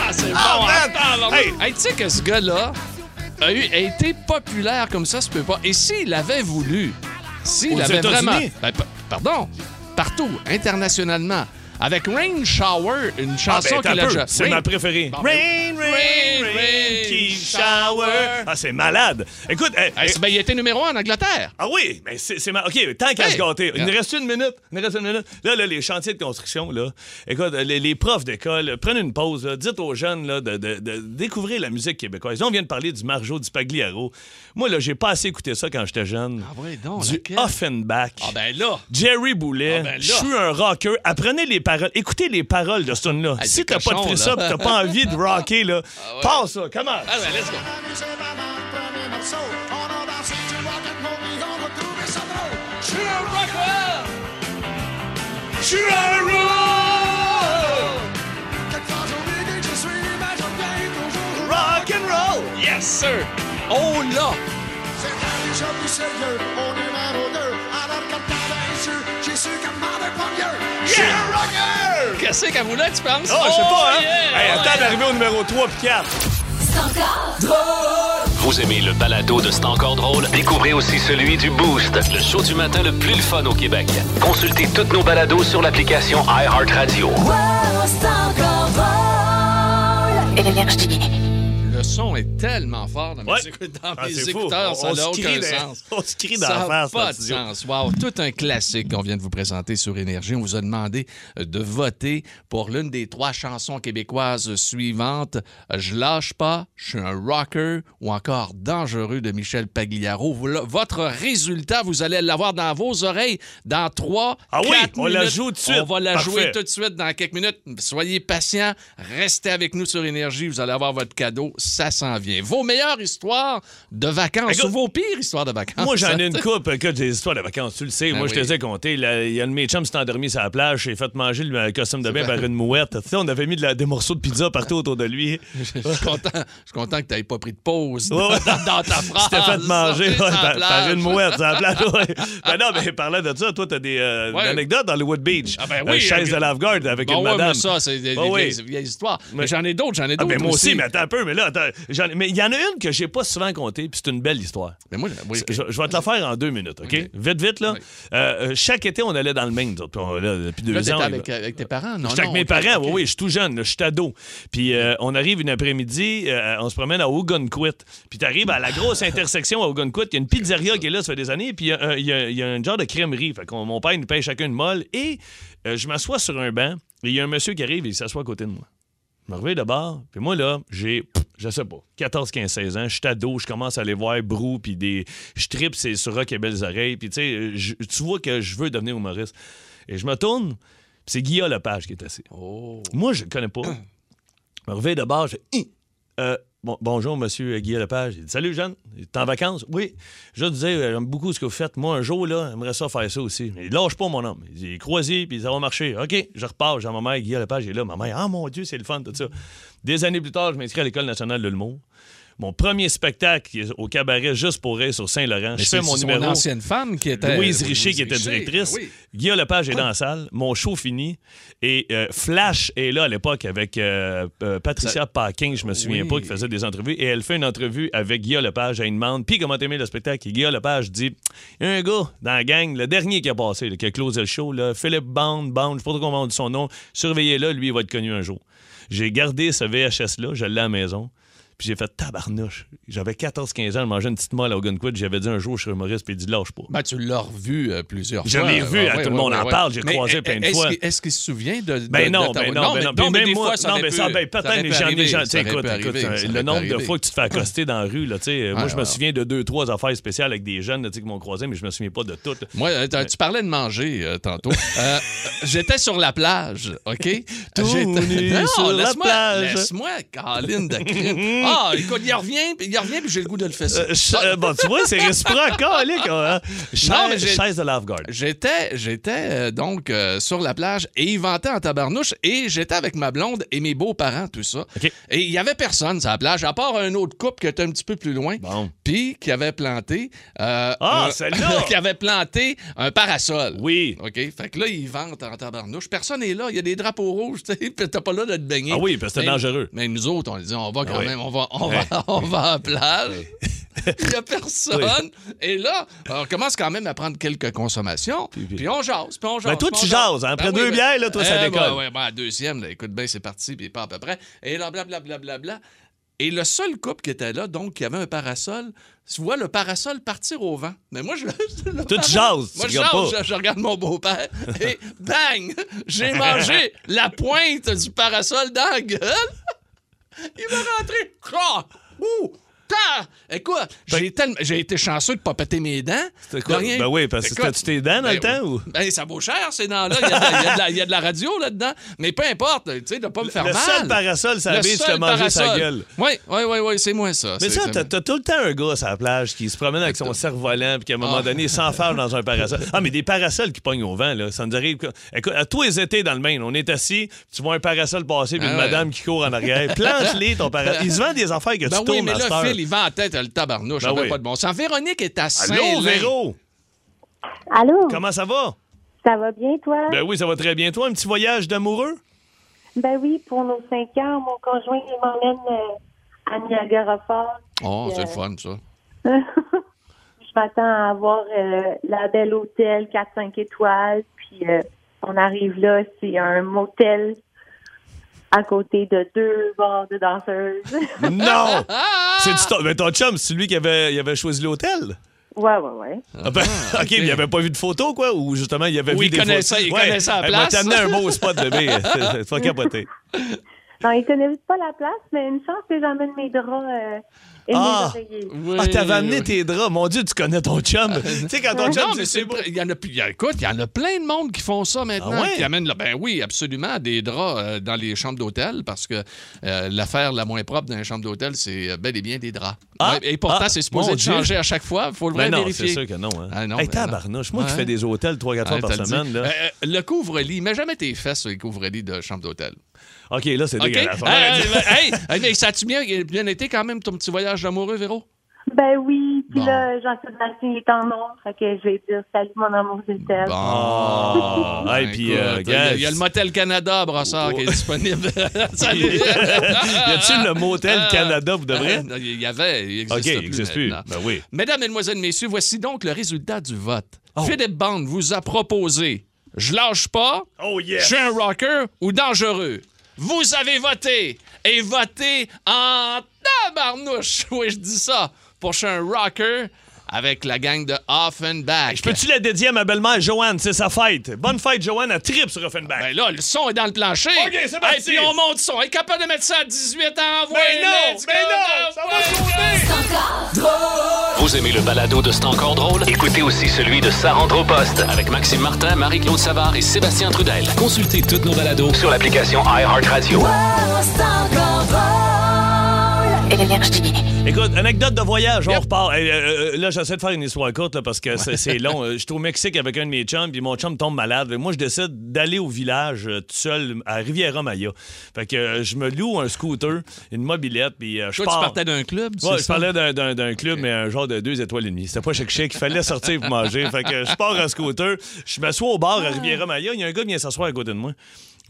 [SPEAKER 3] Ah, c'est
[SPEAKER 2] Ah,
[SPEAKER 3] bon,
[SPEAKER 2] man!
[SPEAKER 3] attends, là.
[SPEAKER 2] Hey!
[SPEAKER 3] Hey, tu sais que ce gars-là a, eu- a été populaire comme ça, ça peut pas. Et s'il avait voulu,
[SPEAKER 2] Aux
[SPEAKER 3] s'il avait vraiment.
[SPEAKER 2] États-Unis?
[SPEAKER 3] Ben, pa- pardon, partout, internationalement. Avec Rain Shower, une
[SPEAKER 2] Ah,
[SPEAKER 3] chanson
[SPEAKER 2] ben, t'as
[SPEAKER 3] qu'il a
[SPEAKER 2] peu.
[SPEAKER 3] déjà.
[SPEAKER 2] C'est
[SPEAKER 3] Rain-
[SPEAKER 2] ma préférée.
[SPEAKER 3] Bon,
[SPEAKER 2] rain, rain, rain,
[SPEAKER 3] Rain, rain,
[SPEAKER 2] keep shower.
[SPEAKER 3] shower.
[SPEAKER 2] Ah, c'est malade. Écoute, eh,
[SPEAKER 3] Hey,
[SPEAKER 2] eh,
[SPEAKER 3] c'est- ben, il était numéro un en Angleterre.
[SPEAKER 2] Ah oui, mais c'est c'est ma... OK, tant qu'à
[SPEAKER 3] Hey!
[SPEAKER 2] se gâter. Il nous
[SPEAKER 3] Yeah.
[SPEAKER 2] reste une minute. Il nous reste une minute. Là, là, les chantiers de construction, là. Écoute, les, les profs d'école, euh, prenez une pause. là. Dites aux jeunes là, de, de- de découvrir la musique québécoise. Là, on vient de parler du Marjo, du Pagliaro. Moi, là, j'ai pas assez écouté ça quand j'étais jeune.
[SPEAKER 3] Ah ouais, donc,
[SPEAKER 2] Du
[SPEAKER 3] laquelle?
[SPEAKER 2] Offenbach.
[SPEAKER 3] Ah, ben là.
[SPEAKER 2] Jerry Boulet,
[SPEAKER 3] Ah ben là.
[SPEAKER 2] je suis un rocker. Apprenez les paroles, écoutez les paroles de ce tune-là.
[SPEAKER 3] Hey,
[SPEAKER 2] si
[SPEAKER 3] c'est
[SPEAKER 2] t'as pas de
[SPEAKER 3] cochon,
[SPEAKER 2] frissons, pis
[SPEAKER 3] Ah, là. Ah,
[SPEAKER 2] t'as pas envie de rocker, là,
[SPEAKER 3] ouais.
[SPEAKER 2] passe ça, comment?
[SPEAKER 3] Ah, ben, let's go.
[SPEAKER 2] Je suis un rocker! Rock and roll!
[SPEAKER 3] Yes, sir. Oh là. Qu'est-ce qu'elle voulait, tu penses?
[SPEAKER 2] Oh, je sais pas, hein?
[SPEAKER 3] yeah.
[SPEAKER 2] Ah, Oh,
[SPEAKER 3] Oh,
[SPEAKER 2] Hey, attends d'arriver au numéro 3 puis 4.
[SPEAKER 1] Vous aimez le balado de C'est encore drôle? Découvrez aussi celui du Boost, le show du matin le plus le fun au Québec. Consultez toutes nos balados sur l'application iHeartRadio.
[SPEAKER 3] Le son est tellement fort dans mes,
[SPEAKER 2] Ouais.
[SPEAKER 3] écou- dans
[SPEAKER 2] Ah,
[SPEAKER 3] mes
[SPEAKER 2] c'est fou.
[SPEAKER 3] écouteurs, ça
[SPEAKER 2] On- on
[SPEAKER 3] n'a
[SPEAKER 2] se crie
[SPEAKER 3] aucun
[SPEAKER 2] dans-
[SPEAKER 3] sens.
[SPEAKER 2] on se crie dans
[SPEAKER 3] ça
[SPEAKER 2] la
[SPEAKER 3] n'a
[SPEAKER 2] face, dans
[SPEAKER 3] pas
[SPEAKER 2] le
[SPEAKER 3] de
[SPEAKER 2] studio.
[SPEAKER 3] sens. Wow, tout un classique qu'on vient de vous présenter sur Énergie. On vous a demandé euh, de voter pour l'une des trois chansons québécoises suivantes. Euh, Je lâche pas, je suis un rocker ou encore Dangereux de Michel Pagliaro. Vous l'a- votre résultat, vous allez l'avoir dans vos oreilles dans trois,
[SPEAKER 2] Ah oui,
[SPEAKER 3] quatre
[SPEAKER 2] on la
[SPEAKER 3] minutes.
[SPEAKER 2] joue tout de suite.
[SPEAKER 3] On va la
[SPEAKER 2] Parfait.
[SPEAKER 3] jouer tout de suite dans quelques minutes. Soyez patients, restez avec nous sur Énergie, vous allez avoir votre cadeau, ça s'en vient. Vos meilleures histoires de vacances
[SPEAKER 2] Écoute,
[SPEAKER 3] ou vos pires histoires de vacances.
[SPEAKER 2] Moi, j'en ai une coupe que des histoires de vacances, tu le sais.
[SPEAKER 3] Ah, Ben
[SPEAKER 2] Moi, je
[SPEAKER 3] oui.
[SPEAKER 2] te les ai comptées. Là, Il y a un de mes chums qui s'est endormi sur la plage, s'est fait manger le euh, costume de bain
[SPEAKER 3] vrai.
[SPEAKER 2] par une mouette. Tu sais, on avait mis de la- des morceaux de pizza partout autour de lui.
[SPEAKER 3] Je suis content, je suis content que tu n'aies pas pris de pause
[SPEAKER 2] Ouais, ouais.
[SPEAKER 3] dans, dans ta phrase.
[SPEAKER 2] T'es fait manger
[SPEAKER 3] Sortez sur
[SPEAKER 2] ouais,
[SPEAKER 3] la
[SPEAKER 2] par,
[SPEAKER 3] plage.
[SPEAKER 2] par une mouette sur la plage. ouais. Ben non, mais parlant de ça, toi, t'as des euh,
[SPEAKER 3] Ouais.
[SPEAKER 2] une anecdote dans le Wood Beach.
[SPEAKER 3] Ah ben
[SPEAKER 2] Euh,
[SPEAKER 3] oui,
[SPEAKER 2] chaise
[SPEAKER 3] euh,
[SPEAKER 2] de lave-garde avec
[SPEAKER 3] Bon,
[SPEAKER 2] une
[SPEAKER 3] ouais,
[SPEAKER 2] madame.
[SPEAKER 3] mais ça, c'est des,
[SPEAKER 2] Ah
[SPEAKER 3] des
[SPEAKER 2] oui.
[SPEAKER 3] vieilles- vieilles histoires. Mais,
[SPEAKER 2] Mais-
[SPEAKER 3] j'en ai d'autres, j'en ai
[SPEAKER 2] Ah
[SPEAKER 3] d'autres.
[SPEAKER 2] ben moi aussi,
[SPEAKER 3] aussi
[SPEAKER 2] mais attends un peu, mais là, attends, j'en ai- mais il y en a une que j'ai pas souvent contée, puis c'est une belle histoire.
[SPEAKER 3] Mais moi, oui,
[SPEAKER 2] Je, je vais te la faire en deux minutes, OK? Vite, vite, là.
[SPEAKER 3] Oui.
[SPEAKER 2] Euh, euh, chaque été, on allait dans le Maine, nous autres, puis on- là, depuis deux
[SPEAKER 3] là, t'étais
[SPEAKER 2] ans. on y va.
[SPEAKER 3] avec, avec tes parents, non?
[SPEAKER 2] J'étais avec
[SPEAKER 3] non,
[SPEAKER 2] mes
[SPEAKER 3] ok,
[SPEAKER 2] parents,
[SPEAKER 3] ok.
[SPEAKER 2] oui, oui, je suis tout jeune, là, je suis ado. Puis euh, on arrive une après-midi, euh, on se promène à Ogunquit. Puis t'arrives à la grosse intersection à Ogunquit, il y a une pizzeria qui est là, ça fait des années, puis il y a, euh, il y a- il y a un genre de crèmerie. Fait qu'on, mon père nous paye chacun une molle, et euh, je m'assois sur un banc, et il y a un monsieur qui arrive et il s'assoit à côté de moi. Je me réveille de bord, puis moi, là, j'ai, pff, je sais pas, 14, 15, 16 ans, je suis ado, je commence à aller voir Brou, puis des. Je tripe c'est sur Rock et Belles Oreilles, puis tu sais, je- tu vois que je veux devenir humoriste. Et je me tourne, puis c'est Guillaume Lepage qui est assis.
[SPEAKER 3] Oh.
[SPEAKER 2] Moi, je le connais pas. Je me réveille de bord, je fais, Hi! Euh, bon- bonjour, monsieur euh, Guillaume Lepage. Il dit, Salut, Jeanne. T'es en vacances? Oui. Je te disais, euh, j'aime beaucoup ce que vous faites. Moi, un jour, là, j'aimerais ça faire ça aussi. Mais lâche pas, mon homme. Il dit, croisé, puis ça va marcher. OK, je repars. J'ai ma mère, Guillaume Lepage est là. Ma mère, ah mon Dieu, c'est le fun, tout ça. Des années plus tard, je m'inscris à l'École nationale de l'humour. Mon premier spectacle qui est au cabaret juste pour rire sur Saint-Laurent.
[SPEAKER 3] Mais
[SPEAKER 2] Je fais
[SPEAKER 3] c'est
[SPEAKER 2] mon
[SPEAKER 3] son
[SPEAKER 2] numéro.
[SPEAKER 3] ancienne femme qui était.
[SPEAKER 2] Louise Richer, qui était
[SPEAKER 3] Richer,
[SPEAKER 2] directrice.
[SPEAKER 3] oui.
[SPEAKER 2] Guillaume Lepage est dans la salle. Mon show fini. Et euh, Flash est là à l'époque avec euh, euh, Patricia Paquin, je me souviens
[SPEAKER 3] Oui.
[SPEAKER 2] pas, qui faisait des entrevues. Et elle fait une entrevue avec Guillaume Lepage. Elle lui demande Puis comment t'as aimé le spectacle Et Guillaume Lepage dit Il y a un gars dans la gang, le dernier qui a passé, là, qui a closé le show, là, Philippe Bond, Bond, je sais pas trop comment on dit son nom. Surveillez-le, lui, il va être connu un jour. J'ai gardé ce VHS-là, je l'ai à la maison. Puis j'ai fait tabarnouche. J'avais 14-15 ans, je mangeais une petite molle à Ogunquit. J'avais dit un jour, je suis humoriste, puis il dit lâche pas.
[SPEAKER 3] Ben, tu l'as revu euh, plusieurs
[SPEAKER 2] Je
[SPEAKER 3] fois.
[SPEAKER 2] l'ai revu,
[SPEAKER 3] Ouais,
[SPEAKER 2] hein,
[SPEAKER 3] ouais,
[SPEAKER 2] tout le
[SPEAKER 3] ouais,
[SPEAKER 2] monde
[SPEAKER 3] ouais,
[SPEAKER 2] en
[SPEAKER 3] ouais.
[SPEAKER 2] parle, j'ai
[SPEAKER 3] Mais
[SPEAKER 2] croisé
[SPEAKER 3] est-
[SPEAKER 2] plein de
[SPEAKER 3] est-ce
[SPEAKER 2] fois.
[SPEAKER 3] qu'il- Est-ce qu'il se souvient de. de-
[SPEAKER 2] Ben non,
[SPEAKER 3] de ta-
[SPEAKER 2] ben non, ben non. Puis
[SPEAKER 3] mais
[SPEAKER 2] même
[SPEAKER 3] des
[SPEAKER 2] moi,
[SPEAKER 3] fois, ça
[SPEAKER 2] non,
[SPEAKER 3] aurait
[SPEAKER 2] mais
[SPEAKER 3] pu-
[SPEAKER 2] ça, ben
[SPEAKER 3] aurait
[SPEAKER 2] peut-être
[SPEAKER 3] pu
[SPEAKER 2] les gens, les
[SPEAKER 3] arriver,
[SPEAKER 2] gens,
[SPEAKER 3] ça
[SPEAKER 2] tu sais,
[SPEAKER 3] aurait
[SPEAKER 2] écoute,
[SPEAKER 3] pu
[SPEAKER 2] écoute,
[SPEAKER 3] arriver,
[SPEAKER 2] euh,
[SPEAKER 3] ça
[SPEAKER 2] le
[SPEAKER 3] aurait
[SPEAKER 2] nombre
[SPEAKER 3] pu
[SPEAKER 2] de
[SPEAKER 3] arriver.
[SPEAKER 2] fois que tu te fais accoster dans la rue, là, tu sais, euh, moi, je me
[SPEAKER 3] ouais.
[SPEAKER 2] souviens de deux, trois affaires spéciales avec des jeunes, là, tu sais, qui m'ont croisé, mais je me souviens pas de toutes.
[SPEAKER 3] Moi, euh, t'as- tu parlais de manger euh, tantôt. Euh, j'étais sur la plage, OK?
[SPEAKER 2] Tout
[SPEAKER 3] J'étais-
[SPEAKER 2] nu sur la
[SPEAKER 3] laisse-moi-
[SPEAKER 2] plage.
[SPEAKER 3] Laisse-moi, Caroline de crime. Ah, écoute, il revient, puis il revient, puis j'ai le goût de le fesser.
[SPEAKER 2] Euh, ch- euh, bon, tu vois, c'est réciproque, calique, hein?
[SPEAKER 3] Non, mais
[SPEAKER 2] Chaise,
[SPEAKER 3] j'ai-
[SPEAKER 2] chaise de lave-garde.
[SPEAKER 3] J'étais, j'étais euh, donc euh, sur la plage et il ventait en tabarnouche et j'étais avec ma blonde et mes beaux-parents, tout ça.
[SPEAKER 2] OK.
[SPEAKER 3] Et il y avait personne sur la plage, à part un autre couple qui était un petit peu plus loin,
[SPEAKER 2] Bon.
[SPEAKER 3] puis qui avait planté... euh,
[SPEAKER 2] Ah,
[SPEAKER 3] un-
[SPEAKER 2] celle-là!
[SPEAKER 3] qui avait planté un parasol.
[SPEAKER 2] Oui.
[SPEAKER 3] OK, fait que là, ils vantent en tabarnouche. Personne n'est là, il y a des drapeaux rouges, tu sais, puis t'as pas là de te baigner.
[SPEAKER 2] Ah oui, parce que c'était
[SPEAKER 3] Même-
[SPEAKER 2] dangereux.
[SPEAKER 3] Mais nous autres, on dit, on va quand
[SPEAKER 2] Ah oui.
[SPEAKER 3] même, on va, on va, on va à la plage. Il n'y a personne. Et là, on commence quand même à prendre quelques consommations. Puis, on jase, puis on jase.
[SPEAKER 2] Ben, toi,
[SPEAKER 3] puis
[SPEAKER 2] tu
[SPEAKER 3] on jase.
[SPEAKER 2] jases, hein. Après
[SPEAKER 3] Ben oui,
[SPEAKER 2] deux
[SPEAKER 3] ben-
[SPEAKER 2] bières, là, toi, ça
[SPEAKER 3] Eh, ben,
[SPEAKER 2] décolle.
[SPEAKER 3] ouais, ben, à deuxième, là, écoute bien, c'est parti, puis pas à peu près. Et là, blablabla. Bla, bla, bla. Et le seul couple qui était là, donc, qui avait un parasol, tu vois le parasol partir au vent. Mais moi, je. le
[SPEAKER 2] Toi, tu
[SPEAKER 3] parasol-
[SPEAKER 2] jases, tu
[SPEAKER 3] Moi, je
[SPEAKER 2] regardes
[SPEAKER 3] jase,
[SPEAKER 2] pas.
[SPEAKER 3] je, je regarde mon beau-père. Et bang! J'ai mangé la pointe du parasol dans la gueule. Il va rentrer. Ah! Ouh! Ta! Écoute, j'ai, tellement- j'ai été chanceux de pas péter mes dents.
[SPEAKER 2] Ben- C'était quoi?
[SPEAKER 3] De rien.
[SPEAKER 2] Ben oui, parce que
[SPEAKER 3] Écoute,
[SPEAKER 2] c'était-tu tes dents dans le
[SPEAKER 3] ben,
[SPEAKER 2] temps ou?
[SPEAKER 3] Ben, ça vaut cher, ces dents-là. Il y a de la- il y a de la- il y, a de la radio là-dedans. Mais peu importe, tu sais, de pas me faire
[SPEAKER 2] le
[SPEAKER 3] mal.
[SPEAKER 2] seul parasol, ça
[SPEAKER 3] Le
[SPEAKER 2] avait, tu
[SPEAKER 3] seul
[SPEAKER 2] l'as mangé sa
[SPEAKER 3] parasol.
[SPEAKER 2] gueule.
[SPEAKER 3] Oui, oui, oui, oui, c'est moi, ça.
[SPEAKER 2] Mais
[SPEAKER 3] C'est-
[SPEAKER 2] ça,
[SPEAKER 3] c'est-
[SPEAKER 2] t'as t'as tout le temps un gars sur la plage qui se promène avec son cerf-volant puis qu'à un moment
[SPEAKER 3] Ah.
[SPEAKER 2] donné, il s'enferme dans un parasol. Ah, mais des parasols qui pognent au vent, là, ça nous arrive. que- Écoute, à tous les étés dans le Maine, on est assis, tu vois un parasol passer puis
[SPEAKER 3] Ah
[SPEAKER 2] une
[SPEAKER 3] ouais.
[SPEAKER 2] madame qui court en arrière. Planche-les ton parasol. Ils se vendent des affaires que
[SPEAKER 3] Ben
[SPEAKER 2] tu
[SPEAKER 3] oui,
[SPEAKER 2] tournes
[SPEAKER 3] mais
[SPEAKER 2] à cette
[SPEAKER 3] là,
[SPEAKER 2] heure.
[SPEAKER 3] Phil, il va en tête, le tabarnouche.
[SPEAKER 2] Ben
[SPEAKER 3] ça fait
[SPEAKER 2] oui.
[SPEAKER 3] pas de bon sens. Véronique est à saint
[SPEAKER 2] Allô, Véro!
[SPEAKER 7] Allô?
[SPEAKER 2] Comment ça va?
[SPEAKER 7] Ça va bien, toi?
[SPEAKER 2] Ben oui, ça va très bien. Toi, un petit voyage d'amoureux?
[SPEAKER 7] Ben oui, pour nos cinq ans, mon conjoint il m'emmène euh, à Niagara Falls.
[SPEAKER 3] Oh, c'est
[SPEAKER 7] Euh,
[SPEAKER 3] le fun, ça.
[SPEAKER 7] je m'attends à avoir euh, la belle hôtel 4-5 étoiles. Puis euh, on arrive là, c'est un motel à côté de deux bars de danseuses.
[SPEAKER 2] Non!
[SPEAKER 3] Ah,
[SPEAKER 2] C'est du ton- Mais ton chum, c'est lui qui avait, il avait choisi l'hôtel?
[SPEAKER 7] ouais, ouais, ouais.
[SPEAKER 2] Ah ben, OK, mais il avait pas vu de photo, quoi? Ou justement, il avait
[SPEAKER 3] Ou
[SPEAKER 2] vu
[SPEAKER 3] il
[SPEAKER 2] des
[SPEAKER 3] connaissait-
[SPEAKER 2] photos?
[SPEAKER 3] il connaissait la
[SPEAKER 2] Eh ben,
[SPEAKER 3] place.
[SPEAKER 2] t'as amené un beau spot, bébé. C'est- C'est pas capoté.
[SPEAKER 7] Non, ils connaissent pas la place, mais une chance que j'emmène mes draps euh, et
[SPEAKER 2] Ah!
[SPEAKER 7] mes oreillers.
[SPEAKER 2] Ah, t'avais amené
[SPEAKER 3] oui. Ah,
[SPEAKER 2] tes draps. Mon Dieu, tu connais ton chum. tu sais, quand ton chum,
[SPEAKER 3] Non,
[SPEAKER 2] dit,
[SPEAKER 3] mais c'est vrai, il y en a plus- il y a- Écoute, il y en a plein de monde qui font ça maintenant.
[SPEAKER 2] Ah ouais?
[SPEAKER 3] Qui amènent, le- ben oui, absolument, des draps euh, dans les chambres d'hôtel parce que euh, l'affaire la moins propre dans les chambres d'hôtel, c'est euh, bel et bien des draps.
[SPEAKER 2] Ah!
[SPEAKER 3] Ouais, et pourtant,
[SPEAKER 2] Ah!
[SPEAKER 3] c'est supposé
[SPEAKER 2] Mon
[SPEAKER 3] de
[SPEAKER 2] Dieu!
[SPEAKER 3] changer à chaque fois. Il faut le
[SPEAKER 2] Ben
[SPEAKER 3] vrai
[SPEAKER 2] non,
[SPEAKER 3] vérifier.
[SPEAKER 2] c'est sûr que non. Hein.
[SPEAKER 3] Ah, non,
[SPEAKER 2] hey,
[SPEAKER 3] ben non.
[SPEAKER 2] tabarnouche, moi qui
[SPEAKER 3] Ouais.
[SPEAKER 2] fais des hôtels 3-4
[SPEAKER 3] Ouais,
[SPEAKER 2] fois
[SPEAKER 3] t'as
[SPEAKER 2] par
[SPEAKER 3] le dit.
[SPEAKER 2] semaine. Là.
[SPEAKER 3] Euh, euh, le couvre-lit, mets jamais tes fesses sur les couvre-lits de chambre d'hôtel.
[SPEAKER 2] OK, là, c'est
[SPEAKER 3] OK?
[SPEAKER 2] dégueulasse. On
[SPEAKER 3] Hey,
[SPEAKER 2] arrête.
[SPEAKER 3] hey, hey, mais ça a-tu bien, bien été quand même ton petit voyage d'amoureux, Véro?
[SPEAKER 7] Ben oui, puis
[SPEAKER 3] Bon.
[SPEAKER 7] là, Jean-Sébastien est en nom, fait que je vais dire salut mon amour, je t'aime.
[SPEAKER 2] Ah,
[SPEAKER 3] Ben,
[SPEAKER 2] hey, puis,
[SPEAKER 3] écoute,
[SPEAKER 2] euh,
[SPEAKER 3] il y a-
[SPEAKER 2] gars,
[SPEAKER 3] il y, a le Motel Canada à Brossard qui est disponible. Salut!
[SPEAKER 2] y a-tu le motel
[SPEAKER 3] Ah.
[SPEAKER 2] Canada pour de vrai?
[SPEAKER 3] Non, Il y avait, il existe
[SPEAKER 2] OK, il
[SPEAKER 3] plus.
[SPEAKER 2] n'existe plus.
[SPEAKER 3] maintenant.
[SPEAKER 2] Ben oui.
[SPEAKER 3] Mesdames, Mesdemoiselles, Messieurs, voici donc le résultat du vote.
[SPEAKER 2] Oh.
[SPEAKER 3] Philippe Bande vous a proposé « Je lâche pas »,«
[SPEAKER 2] Oh, yeah!
[SPEAKER 3] Je suis un rocker » ou « Dangereux ». Vous avez voté et voté en tabarnouche. Oui, je dis ça pour « Je suis un rocker » avec la gang de Offenbach.
[SPEAKER 2] Je peux-tu la dédier à ma belle-mère, Joanne? C'est sa fête. Bonne fête, Joanne. Elle tripe sur Offenbach.
[SPEAKER 3] Ben là, le son est dans le plancher.
[SPEAKER 2] OK, c'est parti. Ben
[SPEAKER 3] Et puis on monte son. Est capable de mettre ça à 18 ans.
[SPEAKER 2] Mais non! Mais
[SPEAKER 3] ben
[SPEAKER 2] non! Ça va
[SPEAKER 1] Vous aimez le balado de C'est encore drôle? Écoutez aussi celui de Sa rentre au poste avec Maxime Martin, Marie-Claude Savard et Sébastien Trudel. Consultez tous nos balados sur l'application iHeartRadio.
[SPEAKER 2] Écoute, anecdote de voyage, on repart. Hey, euh, euh, là, j'essaie de faire une histoire courte là, parce que c'est- c'est long. Euh, Je suis au Mexique avec un de mes chums, puis mon chum tombe malade. Moi, je décide d'aller au village euh, tout seul à Riviera Maya. Fait que euh, je me loue un scooter, une mobilette, puis euh, je
[SPEAKER 3] Toi,
[SPEAKER 2] pars.
[SPEAKER 3] tu partais d'un club, c'est
[SPEAKER 2] Ouais, je
[SPEAKER 3] ça?
[SPEAKER 2] parlais d'un- d'un d'un club, mais un genre de deux étoiles et demie. C'était pas chic chic. Il fallait sortir pour manger. Fait que je pars à scooter. Je m'assois au bar à Riviera Maya. Il y a un gars qui vient s'asseoir à côté de moi.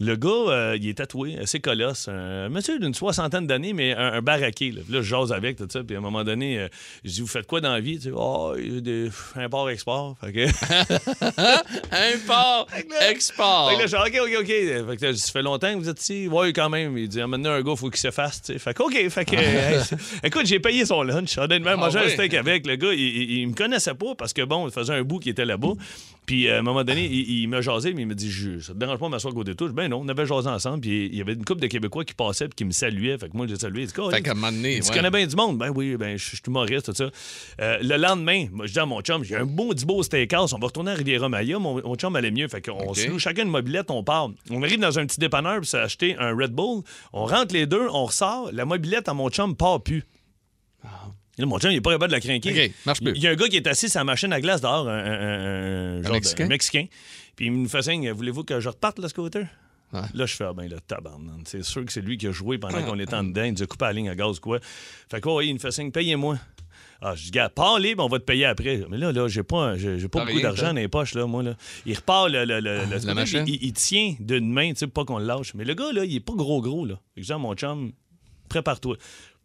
[SPEAKER 2] Le gars, euh, il est tatoué, assez colosse. Un monsieur d'une soixantaine d'années, mais un, un baraqué. Là. Puis là, je jase avec, tout ça. Puis à un moment donné, euh, je dis Vous faites quoi dans la vie Tu sais, oh, des import-export. Fait que.
[SPEAKER 3] Import, export.
[SPEAKER 2] Fait que là, je dis, OK, OK, OK. Fait que là, je dis, ça fait longtemps que vous êtes ici. Ouais, quand même. Il dit, Ah, maintenant, un gars, faut qu'il s'efface. tu sais. Fait que, OK. Fait que, hey, c'est- écoute, j'ai payé son lunch. Honnêtement, manger un
[SPEAKER 3] Ah ouais.
[SPEAKER 2] steak avec le gars, il, il- il me connaissait pas parce que, bon, il faisait un bout qui était là-bas. Puis, euh, à un moment donné, il, il m'a jasé, mais il me dit, Je- ça te dérange pas de m'asseoir à côté de toi? Je dis, ben non, on avait jasé ensemble. Puis, il y avait une couple de Québécois qui passaient puis qui me saluaient. Fait que moi, j'ai salué. Il dit,
[SPEAKER 3] Fait qu'à un moment donné,
[SPEAKER 2] Il dit, Tu
[SPEAKER 3] ouais.
[SPEAKER 2] connais bien du monde. Ben oui, ben, je je suis humoriste, tout ça. Euh, le lendemain, moi, je dis à mon chum, j'ai un beau, du beau steakhouse. On va retourner à Riviera Maya. Mon, mon chum allait mieux. Fait qu'on
[SPEAKER 3] OK.
[SPEAKER 2] se loue chacun une mobilette, on part. On arrive dans un petit dépanneur, puis c'est acheter un Red Bull. On rentre les deux, on ressort. La mobilette à mon chum part plus. Là, mon chum, il est pas capable de la craquer.
[SPEAKER 3] OK, marche plus.
[SPEAKER 2] Il y a un gars qui est assis sur la machine à glace dehors, un, un- un- un genre de-
[SPEAKER 3] Mexicain?
[SPEAKER 2] un Mexicain. Puis il me fait signe, voulez-vous que je reparte le scooter?
[SPEAKER 3] Ouais. Ah,
[SPEAKER 2] Là, je fais, ah ben le tabarnane. C'est sûr que c'est lui qui a joué pendant qu'on était en dedans. Il nous a coupé la ligne à gaz, quoi. Fait quoi, il me fait signe, payez-moi. Ah, je dis, gars, pars libre, on va te payer après. Mais là, là, j'ai pas, j'ai j'ai pas
[SPEAKER 3] T'as
[SPEAKER 2] beaucoup
[SPEAKER 3] rien,
[SPEAKER 2] d'argent
[SPEAKER 3] t'as- Ah,
[SPEAKER 2] dans les poches, là, moi, là. Il repart le, le- le- le scooter,
[SPEAKER 3] machine?
[SPEAKER 2] puis Il, il tient d'une main, tu sais, pour pas qu'on le lâche. Mais le gars, là, il est pas gros, gros, là. Fait que je dis à mon chum, prépare-toi.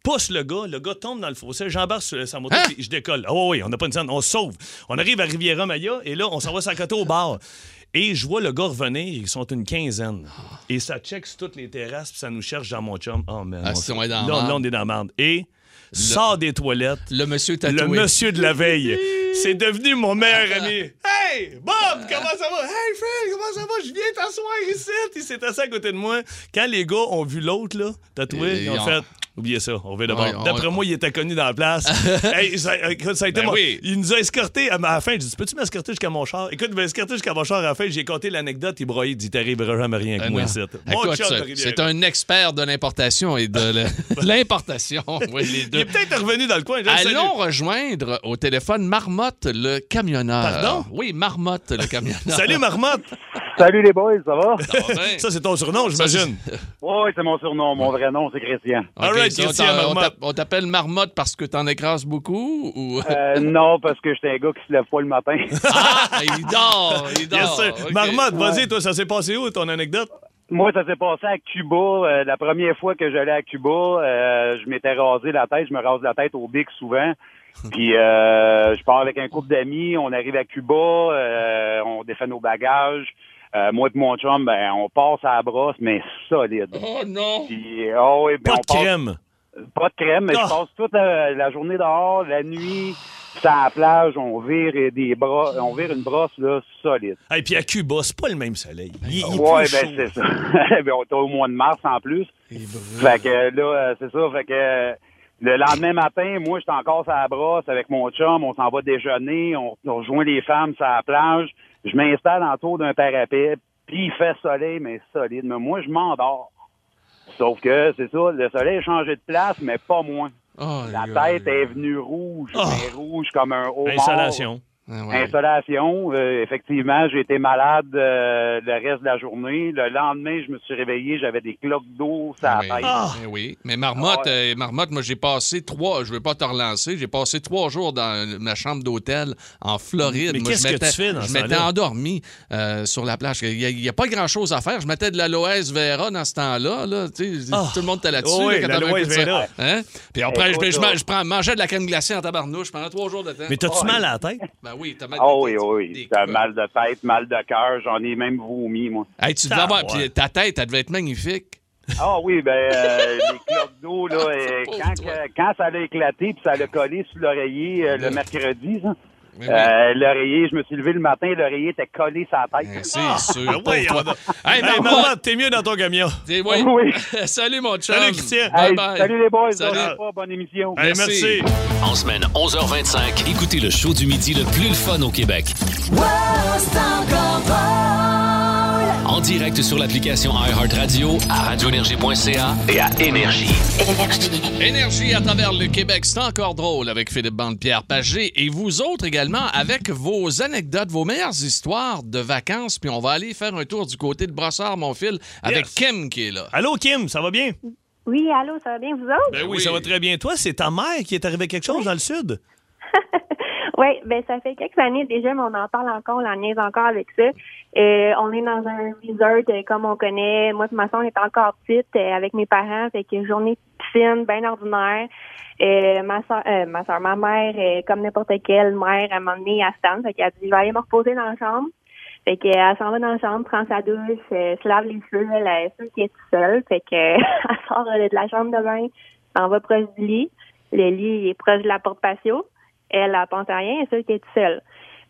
[SPEAKER 2] Pousse le gars, le gars tombe dans le fossé, j'embarque sur sa moto,
[SPEAKER 3] Hein?
[SPEAKER 2] puis je décolle. Ah oui, oui, on n'a pas une scène, on se sauve. On arrive à Riviera Maya, et là, on s'en va s'accoter au bar. Et je vois le gars revenir, ils sont une quinzaine. Et ça check sur toutes les terrasses, puis ça nous cherche dans mon chum. Oh, man.
[SPEAKER 3] Ah,
[SPEAKER 2] on
[SPEAKER 3] si
[SPEAKER 2] se-
[SPEAKER 3] on est
[SPEAKER 2] là,
[SPEAKER 3] dans la
[SPEAKER 2] là, on
[SPEAKER 3] merde.
[SPEAKER 2] est dans la merde. Et sort des toilettes,
[SPEAKER 3] Le monsieur tatoué.
[SPEAKER 2] le monsieur de la veille. C'est devenu mon meilleur ami. Hey, Bob, comment ça va? Hey, Fred, comment ça va? Je viens t'asseoir ici. Il s'est assis à côté de moi. Quand les gars ont vu l'autre, là, tatoué,
[SPEAKER 3] Et
[SPEAKER 2] ils ont
[SPEAKER 3] on-
[SPEAKER 2] fait. Oubliez ça, on revient d'abord.
[SPEAKER 3] Euh, Ouais, on-
[SPEAKER 2] D'après moi, il était connu dans la place. Hey, ça, euh, écoute, ça a été
[SPEAKER 3] Ben
[SPEAKER 2] mon-
[SPEAKER 3] oui.
[SPEAKER 2] Il nous a escortés à, ma- à la fin. J'ai dit Peux-tu m'escorter jusqu'à mon char Écoute, il m'a escorté jusqu'à mon char à la fin. J'ai compté l'anecdote. Il broyait, il dit T'arriveras jamais rien avec
[SPEAKER 3] Euh,
[SPEAKER 2] moi
[SPEAKER 3] non.
[SPEAKER 2] ici. Mon
[SPEAKER 3] Écoute,
[SPEAKER 2] chum de
[SPEAKER 3] c'est-
[SPEAKER 2] Rivière.
[SPEAKER 3] c'est un expert de l'importation et de le- l'importation. Oui, les
[SPEAKER 2] Il est
[SPEAKER 3] deux.
[SPEAKER 2] peut-être revenu dans le coin. je le salue.
[SPEAKER 3] Allons rejoindre au téléphone Marmotte, le camionneur.
[SPEAKER 2] Pardon?
[SPEAKER 3] Oui, Marmotte, le camionneur.
[SPEAKER 2] Salut, Marmotte.
[SPEAKER 8] Salut les boys, ça va?
[SPEAKER 3] Ah, ben.
[SPEAKER 2] Ça, c'est ton surnom, j'imagine.
[SPEAKER 8] Oui, c'est mon surnom. Mon vrai nom, c'est Christian.
[SPEAKER 3] OK,
[SPEAKER 2] All right,
[SPEAKER 3] ça,
[SPEAKER 2] Christian
[SPEAKER 3] t'en- on
[SPEAKER 2] Marmotte.
[SPEAKER 3] t'a- On t'appelle Marmotte parce que t'en écrases beaucoup ou...
[SPEAKER 8] Euh, non, parce que j'étais un gars qui se lève pas le matin.
[SPEAKER 3] Ah, il dort, il dort.
[SPEAKER 2] Yes, sir.
[SPEAKER 3] OK.
[SPEAKER 2] Marmotte, vas-y, toi, ça s'est passé où ton anecdote?
[SPEAKER 8] Moi, ça s'est passé à Cuba. Euh, la première fois que j'allais à Cuba, euh, je m'étais rasé la tête. Je me rase la tête au bic souvent. Puis euh, je pars avec un couple d'amis. On arrive à Cuba. euh, on défait nos bagages. Euh, moi et mon chum, ben, on passe à la brosse, mais solide.
[SPEAKER 3] Oh non!
[SPEAKER 8] Puis, oh, oui, ben,
[SPEAKER 2] Pas de
[SPEAKER 8] on passe-
[SPEAKER 2] crème.
[SPEAKER 8] Pas de crème, mais
[SPEAKER 2] Ah.
[SPEAKER 8] je passe toute la, la journée dehors, la nuit, ça à la plage, on vire des bras, on vire une brosse là, solide.
[SPEAKER 2] Et puis à Cuba, c'est pas le même soleil. Il, il
[SPEAKER 8] ouais,
[SPEAKER 2] pleut
[SPEAKER 8] ben
[SPEAKER 2] chaud.
[SPEAKER 8] c'est ça. ben, on est au mois de mars en plus.
[SPEAKER 3] Eh ben,
[SPEAKER 8] Fait que euh, là, euh, c'est ça, fait que euh, le lendemain matin, moi j'étais encore sur la brosse avec mon chum, on s'en va déjeuner, on, on rejoint les femmes sur la plage, je m'installe autour d'un parapet, puis il fait soleil, mais solide. Mais moi je m'endors. Sauf que c'est ça, le soleil a changé de place, mais pas moins.
[SPEAKER 3] Oh,
[SPEAKER 8] La
[SPEAKER 3] les gars,
[SPEAKER 8] tête
[SPEAKER 3] les gars.
[SPEAKER 8] est venue rouge,
[SPEAKER 2] Ah.
[SPEAKER 8] mais rouge comme un haut
[SPEAKER 2] Installation.
[SPEAKER 8] Eh
[SPEAKER 3] Ah, ouais.
[SPEAKER 8] Insolation, euh, effectivement, j'ai été malade euh, le reste de la journée. Le lendemain, je me suis réveillé, j'avais des cloques d'eau sur la
[SPEAKER 3] Ah,
[SPEAKER 8] tête.
[SPEAKER 2] Ah!
[SPEAKER 3] ben oui. Mais Marmotte,
[SPEAKER 8] Ah
[SPEAKER 3] euh, Marmotte, moi, j'ai passé trois, je veux pas te relancer, j'ai passé trois jours dans ma chambre d'hôtel en Floride.
[SPEAKER 2] Mais
[SPEAKER 3] Moi, je
[SPEAKER 2] qu'est-ce que
[SPEAKER 3] m'étais-
[SPEAKER 2] tu fais dans ce
[SPEAKER 3] Je m'étais
[SPEAKER 2] temps-là?
[SPEAKER 3] endormi euh, sur la plage. Il n'y a, pas grand-chose à faire. Je mettais de l'aloès vera dans ce temps-là. là. Tu sais,
[SPEAKER 2] Ah!
[SPEAKER 3] Tout le monde était là-dessus.
[SPEAKER 2] Oh oui,
[SPEAKER 3] là, quand t'avais un
[SPEAKER 2] l'aloès
[SPEAKER 3] coup de ça.
[SPEAKER 2] vera.
[SPEAKER 3] Hein? Puis après, je,
[SPEAKER 8] Écoute,
[SPEAKER 3] je man-
[SPEAKER 8] oh.
[SPEAKER 3] je prends- mangeais de la crème glacée en tabarnouche pendant trois jours de temps.
[SPEAKER 2] Mais t'as-tu mal à la tête?
[SPEAKER 3] Ben oui, t'as mal
[SPEAKER 8] Ah oui, oui,
[SPEAKER 3] des-
[SPEAKER 8] t'as mal de tête, mal de cœur, j'en ai même vomi, moi.
[SPEAKER 3] Hey, tu devais avoir.
[SPEAKER 2] Ah, ouais.
[SPEAKER 3] Puis ta tête, elle devait être magnifique.
[SPEAKER 8] Ah oui, ben, euh, les cloques d'eau, là, euh,
[SPEAKER 3] pauvre
[SPEAKER 8] quand,
[SPEAKER 3] toi.
[SPEAKER 8] que- quand ça a éclaté puis ça l'a collé sur l'oreiller euh, le mercredi, ça,
[SPEAKER 3] Mais Ben oui.
[SPEAKER 8] euh, l'oreiller, je me suis levé le matin, l'oreiller était collé sur la
[SPEAKER 3] Ben,
[SPEAKER 8] tête.
[SPEAKER 3] C'est sûr.
[SPEAKER 2] Ah, ouais,
[SPEAKER 3] pauvre
[SPEAKER 2] on
[SPEAKER 3] toi.
[SPEAKER 2] a-
[SPEAKER 3] Hey,
[SPEAKER 2] Hey,
[SPEAKER 3] Marmotte,
[SPEAKER 2] maman, t'es mieux dans ton camion.
[SPEAKER 3] Dis- oui.
[SPEAKER 8] Oui.
[SPEAKER 3] salut mon chum.
[SPEAKER 2] Salut, Christian.
[SPEAKER 3] Bye
[SPEAKER 8] Hey,
[SPEAKER 3] bye.
[SPEAKER 8] salut les boys,
[SPEAKER 3] Salut.
[SPEAKER 8] j'en ai pas, bonne émission.
[SPEAKER 2] Hey,
[SPEAKER 3] Merci.
[SPEAKER 2] merci.
[SPEAKER 1] En semaine 11h25, écoutez le show du midi le plus le fun au Québec. En direct sur l'application iHeartRadio, à radioénergie.ca et à Énergie.
[SPEAKER 3] Énergie à travers le Québec, c'est encore drôle avec Philippe Bande, Pierre Pagé et vous autres également avec vos anecdotes, vos meilleures histoires de vacances. Puis on va aller faire un tour du côté de Brossard, mon fil, avec
[SPEAKER 2] Yes.
[SPEAKER 3] Kim qui est là.
[SPEAKER 2] Allô, Kim, ça va bien?
[SPEAKER 7] Oui, allô, ça va bien, vous autres?
[SPEAKER 2] Ben oui,
[SPEAKER 3] oui.
[SPEAKER 2] ça va très bien. Toi, c'est ta mère qui est arrivée quelque chose dans le sud?
[SPEAKER 7] Oui, ben ça fait quelques années déjà, mais on en parle encore, on en niaise encore avec ça. Euh, on est dans un resort euh, comme on connaît. Moi, de ma soeur est encore petite euh, avec mes parents, fait que journée de piscine, bien ordinaire. Euh, ma soeur, ma soeur, ma mère, euh, comme n'importe quelle mère, elle m'a emmenée à Stan, fait qu'elle a dit, je vais aller me reposer dans la chambre. Fait que, euh, elle s'en va dans la chambre, prend sa douche, euh, se lave les cheveux, elle est sûre qu'elle est toute seule. Fait que, elle sort euh, de la chambre de bain, s'en va proche du lit. Le lit il est proche de la porte patio. Elle, elle pense à rien, elle est sûre qu'elle est toute seule.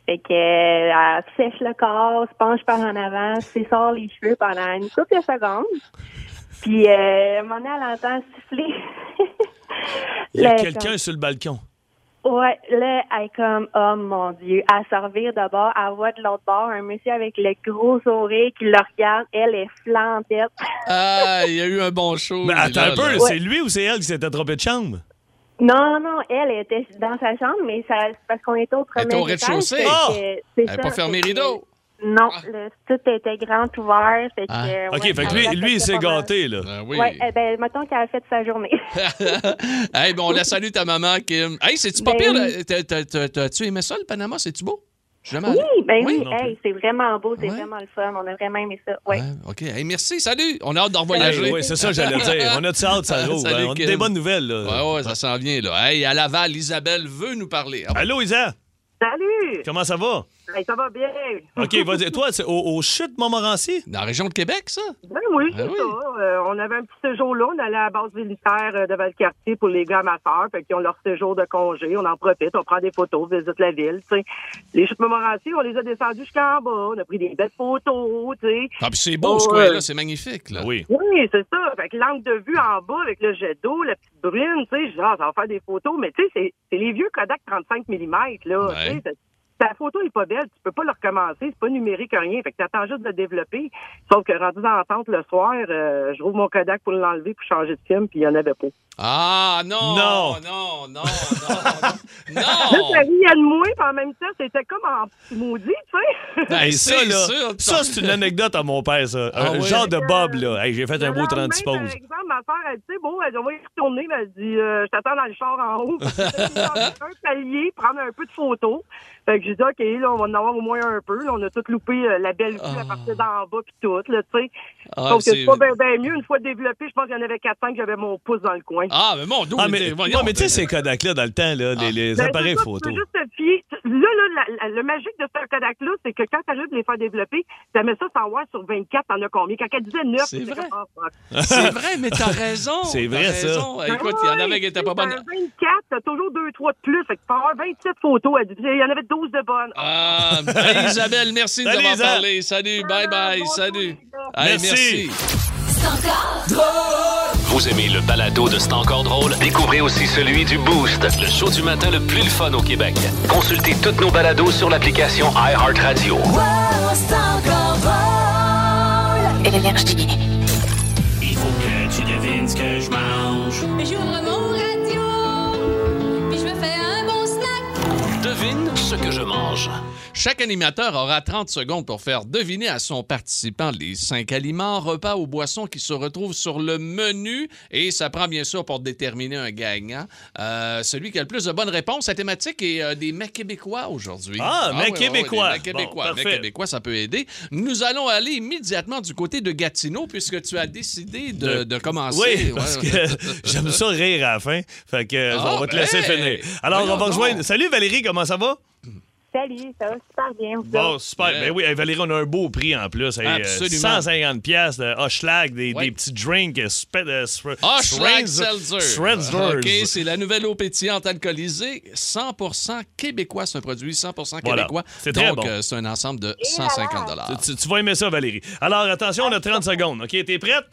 [SPEAKER 7] Fait que, euh, elle sèche le corps, se penche par en avant, s'essore les cheveux pendant une couple de secondes. Puis, euh, à un moment donné, elle entend siffler.
[SPEAKER 2] Il y a
[SPEAKER 7] Le-
[SPEAKER 2] quelqu'un sur le balcon.
[SPEAKER 7] Ouais, là, elle est comme, oh mon Dieu, à servir de bord, à voit de l'autre bord un monsieur avec le gros sourire qui le regarde, elle est flambette.
[SPEAKER 3] Ah, il y a eu un bon show.
[SPEAKER 2] Mais
[SPEAKER 3] il est
[SPEAKER 2] Ben, attends
[SPEAKER 3] là,
[SPEAKER 2] un peu,
[SPEAKER 3] là.
[SPEAKER 2] c'est lui ou c'est elle qui s'était trompée de chambre?
[SPEAKER 7] Non, non, elle était dans sa chambre, mais ça, c'est parce qu'on était au premier
[SPEAKER 3] Elle était au
[SPEAKER 7] étage,
[SPEAKER 3] rez-de-chaussée.
[SPEAKER 7] fait que
[SPEAKER 2] Ah!
[SPEAKER 7] c'est
[SPEAKER 3] Elle n'a
[SPEAKER 7] ça,
[SPEAKER 3] pas fermé
[SPEAKER 7] fait que-
[SPEAKER 3] rideau.
[SPEAKER 7] Non,
[SPEAKER 3] Ah.
[SPEAKER 7] le, tout était grand ouvert, fait que...
[SPEAKER 3] Ah.
[SPEAKER 7] euh,
[SPEAKER 2] OK,
[SPEAKER 7] ouais,
[SPEAKER 2] fait que lui,
[SPEAKER 7] elle
[SPEAKER 2] lui il
[SPEAKER 7] affectait
[SPEAKER 2] s'est
[SPEAKER 7] pas mal.
[SPEAKER 2] gâté, là.
[SPEAKER 3] Ben oui.
[SPEAKER 7] Ouais, eh ben, mettons qu'elle a fait sa journée.
[SPEAKER 3] hey, bon, on la salue ta maman, Kim. Hey, c'est-tu pas
[SPEAKER 7] Ben
[SPEAKER 3] pire?
[SPEAKER 7] oui.
[SPEAKER 3] là? T'as- t'as- t'as- T'as-tu aimé ça, le Panama? C'est-tu beau? Je suis Jamais allé.
[SPEAKER 7] Oui, ben
[SPEAKER 3] Ah, Oui,
[SPEAKER 7] oui,
[SPEAKER 2] non
[SPEAKER 7] hey, c'est vraiment beau, c'est
[SPEAKER 3] Ouais.
[SPEAKER 7] vraiment le fun, on a vraiment aimé ça, ouais.
[SPEAKER 3] Ouais, OK. Hey, merci. Salut. On a hâte de revoyager.
[SPEAKER 2] Hey, oui, c'est ça que j'allais dire. On a de ça, hâte, ça roule.
[SPEAKER 3] Salut,
[SPEAKER 2] hein. On a
[SPEAKER 3] Kim. Ben
[SPEAKER 2] des bonnes nouvelles, là.
[SPEAKER 3] Ouais, ouais, ça s'en vient, là. Hey, à Laval, Isabelle veut nous parler. Ah,
[SPEAKER 2] Allô, Isa,
[SPEAKER 9] Salut!
[SPEAKER 2] comment ça va?
[SPEAKER 9] Ben, ça va bien?
[SPEAKER 2] OK, vas-y. Toi, c'est au, au chute Montmorency?
[SPEAKER 3] Dans la région de Québec, ça?
[SPEAKER 9] Ben oui, c'est
[SPEAKER 3] Ben oui.
[SPEAKER 9] ça. Euh, on avait un petit séjour là. On allait à la base militaire euh, devant le quartier pour les gars amateurs. Fait qu'ils ont leur séjour de congé. On en profite. On prend des photos, visite la ville. tu sais. Les chutes Montmorency, on les a descendus jusqu'en bas. On a pris des belles photos. tu sais.
[SPEAKER 3] Ah, puis c'est beau, ce
[SPEAKER 9] Oh,
[SPEAKER 3] coin-là.
[SPEAKER 9] ouais.
[SPEAKER 3] C'est magnifique, là.
[SPEAKER 2] Ah Oui.
[SPEAKER 9] Oui, c'est ça. Fait que l'angle de vue en bas avec le jet d'eau, la petite brune, tu sais, genre, ça va faire des photos. Mais tu sais, c'est- c'est les vieux Kodak 35 mm, là.
[SPEAKER 3] Ouais.
[SPEAKER 9] Tu sais, c'est- Ta photo est pas belle, tu peux pas le recommencer, c'est pas numérique rien. Fait que t'attends juste de le développer. Sauf que rendu dans la tente le soir, euh, je rouvre mon Kodak pour l'enlever, pour changer de film, puis il y en avait pas.
[SPEAKER 3] Ah, non!
[SPEAKER 2] Non.
[SPEAKER 3] Non, non, non, non.
[SPEAKER 9] Là,
[SPEAKER 3] non.
[SPEAKER 9] ça riait de moi, puis en même temps, c'était comme en petit maudit, tu sais.
[SPEAKER 3] Ben,
[SPEAKER 2] Hey, ça,
[SPEAKER 3] c'est
[SPEAKER 2] là,
[SPEAKER 3] sûr,
[SPEAKER 2] ça, c'est une anecdote à mon père, ça.
[SPEAKER 3] Ah
[SPEAKER 2] un
[SPEAKER 3] ouais.
[SPEAKER 2] genre de Bob, là. Hey, j'ai fait un
[SPEAKER 9] Le
[SPEAKER 2] beau
[SPEAKER 9] lendemain,
[SPEAKER 2] 30
[SPEAKER 9] Par
[SPEAKER 2] poses.
[SPEAKER 9] exemple, ma soeur, elle dit, c'est beau, elle dit, on va y retourner, mais elle dit, euh, je t'attends dans le char en haut. Parce que j'ai fait un palier, prendre un peu de photos. Fait que j'ai dit, OK, là, on va en avoir au moins un peu. Là, on a tout loupé euh, la belle vue
[SPEAKER 2] Ah.
[SPEAKER 9] à partir d'en bas, puis tout, là, tu sais.
[SPEAKER 3] Ah,
[SPEAKER 9] Donc,
[SPEAKER 3] c'est-
[SPEAKER 9] c'est pas bien mieux. Une fois développé, je pense qu'il y en avait 4-5 que j'avais mon pouce dans le coin.
[SPEAKER 3] Ah, mais mon dos,
[SPEAKER 2] Ah,
[SPEAKER 3] il
[SPEAKER 2] mais,
[SPEAKER 3] était-
[SPEAKER 2] non,
[SPEAKER 3] voyons,
[SPEAKER 2] mais tu sais,
[SPEAKER 3] euh,
[SPEAKER 2] ces Kodak-là, dans le temps, là, les, les
[SPEAKER 9] Ben,
[SPEAKER 2] appareils
[SPEAKER 9] c'est ça,
[SPEAKER 2] photo.
[SPEAKER 9] tu peux juste te fier. Là, là, la- la- le magique de ce Kodak-là, c'est que quand t'arrives à les faire développer, tu mets ça 100 watts sur 24, t'en as combien? Quand elle disait 9,
[SPEAKER 3] C'est
[SPEAKER 9] j'étais
[SPEAKER 3] vrai.
[SPEAKER 9] comme, Ah, fuck.
[SPEAKER 3] C'est vrai, mais t'as raison.
[SPEAKER 2] C'est
[SPEAKER 3] t'as
[SPEAKER 2] vrai, ça.
[SPEAKER 3] raison.
[SPEAKER 9] Ah
[SPEAKER 3] Écoute, il y en
[SPEAKER 9] ouais,
[SPEAKER 3] avait qui étaient pas
[SPEAKER 9] t'as
[SPEAKER 3] bonnes.
[SPEAKER 9] 24, t'as toujours 2-3 de plus. Fait que tu peux avoir 27 photos. Elle disait, Il y en avait 12 de bonnes.
[SPEAKER 3] Ah, hey, Isabelle, merci de
[SPEAKER 2] Salut,
[SPEAKER 3] nous avoir
[SPEAKER 2] Isa.
[SPEAKER 3] parlé. Salut, bye bye, salut. Hey,
[SPEAKER 2] Merci.
[SPEAKER 3] merci.
[SPEAKER 1] Vous aimez le balado de C'est encore drôle? Découvrez aussi celui du Boost, le show du matin le plus le fun au Québec. Consultez toutes nos balados sur l'application iHeartRadio.
[SPEAKER 5] Énergie.
[SPEAKER 4] Il faut que tu devines ce que je mange.
[SPEAKER 10] J'ouvre mon radio, puis je me fais un bon snack.
[SPEAKER 1] Devine ce que je mange.
[SPEAKER 3] Chaque animateur aura 30 secondes pour faire deviner à son participant les cinq aliments, repas ou boissons qui se retrouvent sur le menu. Et ça prend bien sûr pour déterminer un gagnant. Euh, celui qui a le plus de bonnes réponses à thématique est euh, des mecs québécois aujourd'hui.
[SPEAKER 2] Ah, mets
[SPEAKER 3] oui,
[SPEAKER 2] québécois.
[SPEAKER 3] oui, des mecs
[SPEAKER 2] Bon,
[SPEAKER 3] québécois.
[SPEAKER 2] parfait.
[SPEAKER 3] Mets québécois, ça peut aider. Nous allons aller immédiatement du côté de Gatineau puisque tu as décidé de,
[SPEAKER 2] De-
[SPEAKER 3] de commencer.
[SPEAKER 2] Oui,
[SPEAKER 3] Ah, Ouais.
[SPEAKER 2] parce que j'aime ça rire à la fin. Fait que euh,
[SPEAKER 3] Ah,
[SPEAKER 2] on va te
[SPEAKER 3] ben,
[SPEAKER 2] laisser
[SPEAKER 3] hey.
[SPEAKER 2] finir. Alors, on
[SPEAKER 3] Voyons
[SPEAKER 2] va rejoindre.
[SPEAKER 3] donc.
[SPEAKER 2] Salut Valérie, comment ça va?
[SPEAKER 7] Salut, ça va super bien. Vous
[SPEAKER 2] Bon,
[SPEAKER 7] autres?
[SPEAKER 2] super.
[SPEAKER 3] Ouais.
[SPEAKER 2] Ben oui, hey, Valérie, on a un beau prix en plus. Hey, euh,
[SPEAKER 3] Absolument.
[SPEAKER 2] 150 pièces de Hochelag, des,
[SPEAKER 3] Ouais.
[SPEAKER 2] des petits drinks. euh, spe- euh, sre-
[SPEAKER 3] Ah, Schlag
[SPEAKER 2] Schrenz-
[SPEAKER 3] Seltzer.
[SPEAKER 2] Schrenzders.
[SPEAKER 3] OK, c'est la nouvelle eau pétillante alcoolisée. 100 québécois, c'est un produit 100
[SPEAKER 2] Voilà.
[SPEAKER 3] québécois.
[SPEAKER 2] C'est
[SPEAKER 3] Donc,
[SPEAKER 2] très bon.
[SPEAKER 3] euh, c'est un ensemble de 150 dollars.
[SPEAKER 2] Tu, tu vas aimer ça, Valérie. Alors, attention, on a 30 secondes. OK, t'es prête?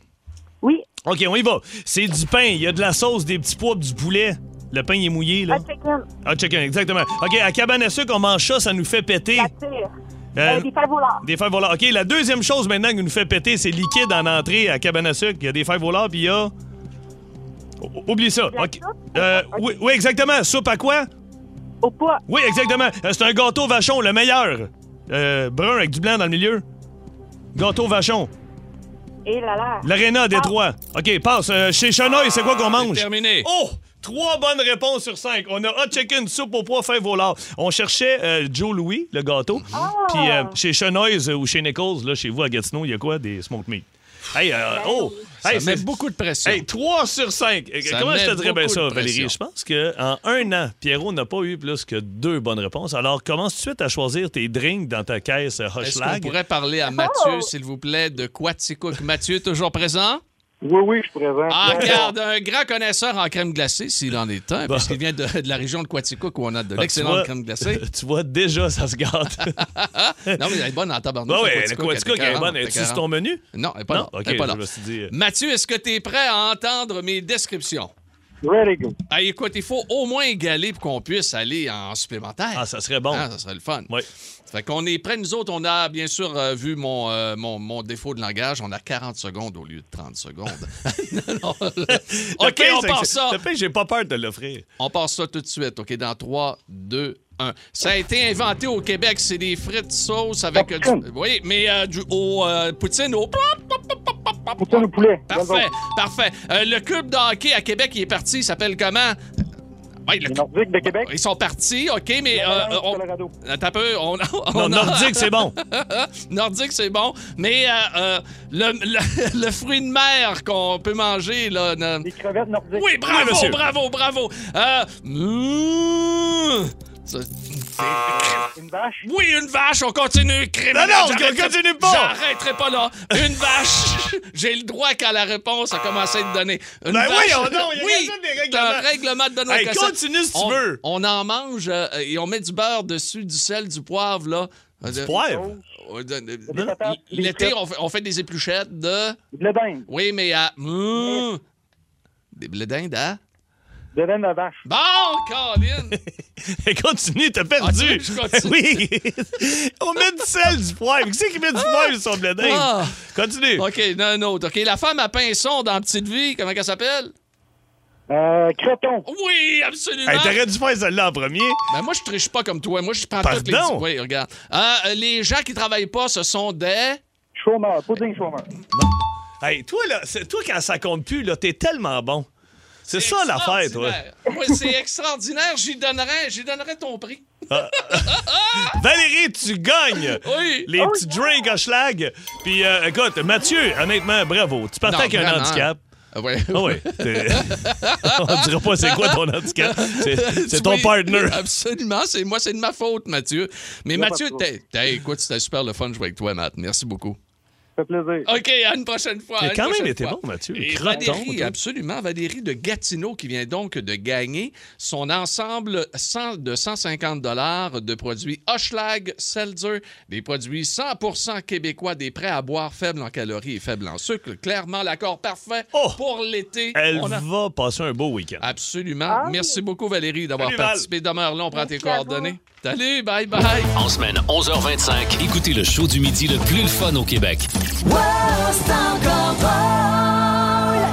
[SPEAKER 7] Oui,
[SPEAKER 2] OK, on y va. C'est du pain, il y a de la sauce, des petits pois, du poulet. Le pain il est mouillé, là.
[SPEAKER 7] hot chicken,
[SPEAKER 2] Ah, chicken, exactement. OK, à cabane à sucre, on mange ça, ça nous fait péter.
[SPEAKER 7] la tire.
[SPEAKER 2] Euh,
[SPEAKER 7] Euh, des fèves au lard.
[SPEAKER 2] Des fèves au lard. OK, la deuxième chose maintenant qui nous fait péter, c'est liquide en entrée à cabane à sucre. Il y a des fèves au lard, puis il y a... O- Oublie ça.
[SPEAKER 7] la
[SPEAKER 2] OK.
[SPEAKER 7] soupe?
[SPEAKER 2] Euh,
[SPEAKER 7] OK.
[SPEAKER 2] oui, oui, exactement. Soupe à quoi?
[SPEAKER 7] Au poids,
[SPEAKER 2] Oui, exactement. Euh, C'est un gâteau vachon, le meilleur. Euh, brun avec du blanc dans le milieu. Gâteau vachon.
[SPEAKER 7] et la là. Ah,
[SPEAKER 2] L'Arena à Détroit. OK, passe. Euh, chez Chenoy, Ah. c'est quoi qu'on mange?
[SPEAKER 3] Terminé.
[SPEAKER 2] Oh! Trois bonnes réponses sur cinq. On a hot chicken, soupe au poids, fèves au lard. On cherchait euh, Joe Louis, le gâteau. Puis euh, chez Chenoise ou chez Nichols, là, chez vous à Gatineau, il y a quoi? Des smoked meat. Hey, euh, oh!
[SPEAKER 3] Ça
[SPEAKER 2] Hey,
[SPEAKER 3] met
[SPEAKER 2] c'est-
[SPEAKER 3] beaucoup de pression.
[SPEAKER 2] Hey, 3 sur 5.
[SPEAKER 3] Ça
[SPEAKER 2] Comment je
[SPEAKER 3] met
[SPEAKER 2] te dirais bien
[SPEAKER 3] beaucoup
[SPEAKER 2] ça,
[SPEAKER 3] de
[SPEAKER 2] Valérie?
[SPEAKER 3] pression.
[SPEAKER 2] Je pense qu'en un an, Pierrot n'a pas eu plus que deux bonnes réponses. Alors, commence tout de suite à choisir tes drinks dans ta caisse euh,
[SPEAKER 3] Est-ce qu'on
[SPEAKER 2] Hochelag.
[SPEAKER 3] pourrait parler à Mathieu, s'il vous plaît, de Quaticook? Mathieu, toujours présent?
[SPEAKER 8] Oui, oui, je suis présent.
[SPEAKER 3] Ah, regarde, un grand connaisseur en crème glacée, s'il en est un, parce qu'il vient de, de la région de Quaticook où on a de
[SPEAKER 2] Ah, tu vois-
[SPEAKER 3] l'excellente crème glacée.
[SPEAKER 2] tu vois, déjà, ça se gâte.
[SPEAKER 3] Non, mais elle est bonne en tabarnak.
[SPEAKER 2] Bah
[SPEAKER 3] la
[SPEAKER 2] oui, le
[SPEAKER 3] Quaticook, elle était
[SPEAKER 2] Quaticook est
[SPEAKER 3] carrante,
[SPEAKER 2] bonne.
[SPEAKER 3] elle était
[SPEAKER 2] Est-ce sur
[SPEAKER 3] carrante.
[SPEAKER 2] ton menu?
[SPEAKER 3] Non, elle est pas
[SPEAKER 2] Non,
[SPEAKER 3] là.
[SPEAKER 2] ok,
[SPEAKER 3] Elle est pas
[SPEAKER 2] je
[SPEAKER 3] là.
[SPEAKER 2] me suis dit, euh,
[SPEAKER 3] Mathieu, est-ce que tu es prêt à entendre mes descriptions?
[SPEAKER 8] Ready, go.
[SPEAKER 3] Ah, écoute, il faut au moins égaler pour qu'on puisse aller en supplémentaire.
[SPEAKER 2] Ah, ça serait bon.
[SPEAKER 3] Ah, ça serait le fun.
[SPEAKER 2] Oui.
[SPEAKER 3] Fait qu'on est prêts, nous autres, on a bien sûr euh, vu mon, euh, mon, mon défaut de langage. On a 40 secondes au lieu de 30 secondes. Non, non.
[SPEAKER 2] Le
[SPEAKER 3] OK,
[SPEAKER 2] pire,
[SPEAKER 3] on
[SPEAKER 2] c'est que
[SPEAKER 3] part
[SPEAKER 2] c'est-
[SPEAKER 3] ça.
[SPEAKER 2] Le pire, j'ai pas peur de l'offrir.
[SPEAKER 3] On part ça tout de suite. OK, dans 3, 2, 1. Ça a été inventé au Québec. C'est des frites sauce avec... euh, du- oui, mais euh, du, au euh, poutine, au...
[SPEAKER 8] Poutine au poulet.
[SPEAKER 3] Parfait, parfait. Euh, le club de hockey à Québec, il est parti. Il s'appelle comment? Ouais, le
[SPEAKER 8] Les
[SPEAKER 3] club-
[SPEAKER 8] Nordiques de Québec.
[SPEAKER 3] Ils sont partis, OK, mais... euh,
[SPEAKER 8] Colorado,
[SPEAKER 3] on-
[SPEAKER 8] Colorado.
[SPEAKER 3] Attends un peu, on,
[SPEAKER 2] Non,
[SPEAKER 3] on-
[SPEAKER 2] Nordique, c'est bon.
[SPEAKER 3] Nordique, c'est bon, mais euh, euh, le, le- le fruit de mer qu'on peut manger, là... ne-
[SPEAKER 8] Les crevettes nordiques.
[SPEAKER 3] Oui, bravo,
[SPEAKER 2] monsieur.
[SPEAKER 3] bravo, bravo! Euh, mm, ça-
[SPEAKER 8] Une vache.
[SPEAKER 3] Oui, une vache, on continue. criminel.
[SPEAKER 2] Non, non, on
[SPEAKER 3] J'arrêterai-
[SPEAKER 2] continue pas.
[SPEAKER 3] J'arrêterai pas là. Une vache. J'ai le droit qu'à la réponse, a commencé à te donner. Une
[SPEAKER 2] Ben
[SPEAKER 3] vache.
[SPEAKER 2] voyons donc, il y a
[SPEAKER 3] oui,
[SPEAKER 2] quand même des
[SPEAKER 3] t'as un
[SPEAKER 2] règlements.
[SPEAKER 3] règlement de Benoît
[SPEAKER 2] Hey,
[SPEAKER 3] Cossette.
[SPEAKER 2] continue si tu
[SPEAKER 3] on,
[SPEAKER 2] veux.
[SPEAKER 3] On en mange euh, et on met du beurre dessus, du sel, du poivre, là. Euh, Du
[SPEAKER 2] Poivre.
[SPEAKER 8] Des patates, des
[SPEAKER 3] L'été,
[SPEAKER 8] frites.
[SPEAKER 3] on fait, on fait des épluchettes de...
[SPEAKER 8] De la dinde.
[SPEAKER 3] Oui, mais à... Mm. Des blés d'Inde, hein?
[SPEAKER 8] De la dinde à vache.
[SPEAKER 3] Bon, Colin!
[SPEAKER 2] Et continue, t'as
[SPEAKER 3] Ah,
[SPEAKER 2] perdu.
[SPEAKER 3] tu veux que je continue?
[SPEAKER 2] oui. On met du sel, du poivre. Qui c'est qui met du poivre sur le blé d'Inde?
[SPEAKER 3] Ah.
[SPEAKER 2] Continue.
[SPEAKER 3] OK, non, un autre. OK, la femme à pinson dans Petite Vie, comment qu'elle s'appelle?
[SPEAKER 8] Euh, croton.
[SPEAKER 3] Oui, absolument.
[SPEAKER 2] Hey, T'aurais dû faire celle-là en premier.
[SPEAKER 3] Ben, moi, je triche pas comme toi. Moi, je prends toutes les...
[SPEAKER 2] Pardon?
[SPEAKER 3] Oui, regarde. Euh, euh, les gens qui travaillent pas, ce sont des...
[SPEAKER 8] Chômeur. Pudding chômeur.
[SPEAKER 2] Hey, toi, là, c'est- toi, quand ça compte plus, là, t'es tellement bon. C'est ça l'affaire, toi.
[SPEAKER 3] Extraordinaire. Moi, c'est extraordinaire. J'y donnerais, j'y donnerais ton prix.
[SPEAKER 2] Ah. Valérie, tu gagnes
[SPEAKER 3] Oui.
[SPEAKER 2] les petits drinks à schlag. Puis euh, écoute, Mathieu, honnêtement, bravo. Tu partais
[SPEAKER 3] Non,
[SPEAKER 2] avec un
[SPEAKER 3] vraiment. Ah,
[SPEAKER 2] handicap. Oh,
[SPEAKER 3] Oui.
[SPEAKER 2] Ah On dira pas c'est quoi ton handicap. C'est c'est ton
[SPEAKER 3] Oui,
[SPEAKER 2] partner.
[SPEAKER 3] Absolument, c'est moi, c'est de ma faute, Mathieu. Mais
[SPEAKER 2] Y a
[SPEAKER 3] Mathieu,
[SPEAKER 2] pas de
[SPEAKER 3] t'es, t'es- écoute, c'était super le fun de jouer avec toi, Matt. Merci beaucoup.
[SPEAKER 8] Ça fait plaisir.
[SPEAKER 3] OK, à une prochaine fois.
[SPEAKER 2] T'as
[SPEAKER 3] à une
[SPEAKER 2] quand même
[SPEAKER 3] prochaine
[SPEAKER 2] été
[SPEAKER 3] fois.
[SPEAKER 2] bon, Mathieu.
[SPEAKER 3] Et
[SPEAKER 2] Croton,
[SPEAKER 3] Valérie,
[SPEAKER 2] toi.
[SPEAKER 3] absolument. Valérie de Gatineau qui vient donc de gagner son ensemble 100 de 150 de produits Hochlag, Seltzer, des produits 100 québécois, des prêts à boire faibles en calories et faibles en sucre. Clairement, l'accord parfait pour l'été.
[SPEAKER 2] Oh! Elle
[SPEAKER 3] On a-
[SPEAKER 2] va passer un beau week-end.
[SPEAKER 3] Absolument. Merci beaucoup, Valérie, d'avoir
[SPEAKER 2] Salut, Val.
[SPEAKER 3] participé. Demeure là, on prend tes coordonnées. Salut, bye bye.
[SPEAKER 1] En semaine 11h25, écoutez le show du midi le plus le fun au Québec.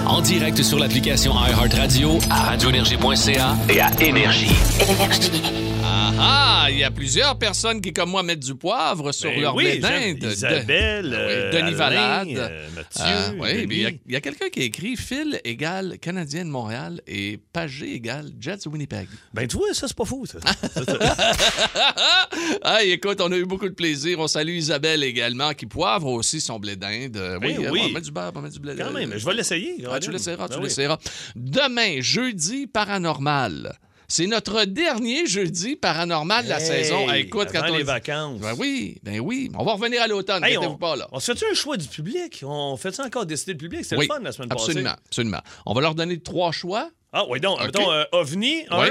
[SPEAKER 1] En direct sur l'application iHeartRadio, à radioénergie.ca et à Énergie.
[SPEAKER 3] Ah ah, il y a plusieurs personnes qui, comme moi, mettent du poivre sur
[SPEAKER 2] Ben
[SPEAKER 3] leur blé
[SPEAKER 2] oui,
[SPEAKER 3] d'Inde.
[SPEAKER 2] j'aime Isabelle,
[SPEAKER 3] De- Ah
[SPEAKER 2] euh,
[SPEAKER 3] Denis
[SPEAKER 2] Alain,
[SPEAKER 3] Valade.
[SPEAKER 2] euh, Mathieu,
[SPEAKER 3] Ah, oui,
[SPEAKER 2] Denis.
[SPEAKER 3] mais il y a- il y a, quelqu'un qui a écrit Phil égale Canadien de Montréal et Pagé égale Jets de Winnipeg.
[SPEAKER 2] Ben, tu vois, ça, c'est pas fou, ça.
[SPEAKER 3] ah, écoute, on a eu beaucoup de plaisir. On salue Isabelle également qui poivre aussi son blé d'Inde. Euh,
[SPEAKER 2] Ben
[SPEAKER 3] oui, euh,
[SPEAKER 2] oui.
[SPEAKER 3] on met du beurre, on met du blé
[SPEAKER 2] Quand
[SPEAKER 3] euh,
[SPEAKER 2] même, je vais l'essayer.
[SPEAKER 3] Ah, tu l'essayeras, tu
[SPEAKER 2] Ah oui.
[SPEAKER 3] l'essayeras. Demain, jeudi paranormal. C'est notre dernier jeudi paranormal de la
[SPEAKER 2] Hey,
[SPEAKER 3] saison. Ah, écoute,
[SPEAKER 2] avant
[SPEAKER 3] quand on
[SPEAKER 2] les vacances.
[SPEAKER 3] Ben oui, ben oui. On va revenir à l'automne.
[SPEAKER 2] Hey,
[SPEAKER 3] inquiétez-vous
[SPEAKER 2] on,
[SPEAKER 3] pas, là.
[SPEAKER 2] on se fait-tu un choix du public? On fait-tu encore décider le public? C'était
[SPEAKER 3] Oui,
[SPEAKER 2] le fun la semaine
[SPEAKER 3] absolument,
[SPEAKER 2] passée.
[SPEAKER 3] Absolument, On va leur donner trois choix.
[SPEAKER 2] Ah, oui, donc,
[SPEAKER 3] OK.
[SPEAKER 2] mettons, euh, OVNI, un,
[SPEAKER 3] Oui.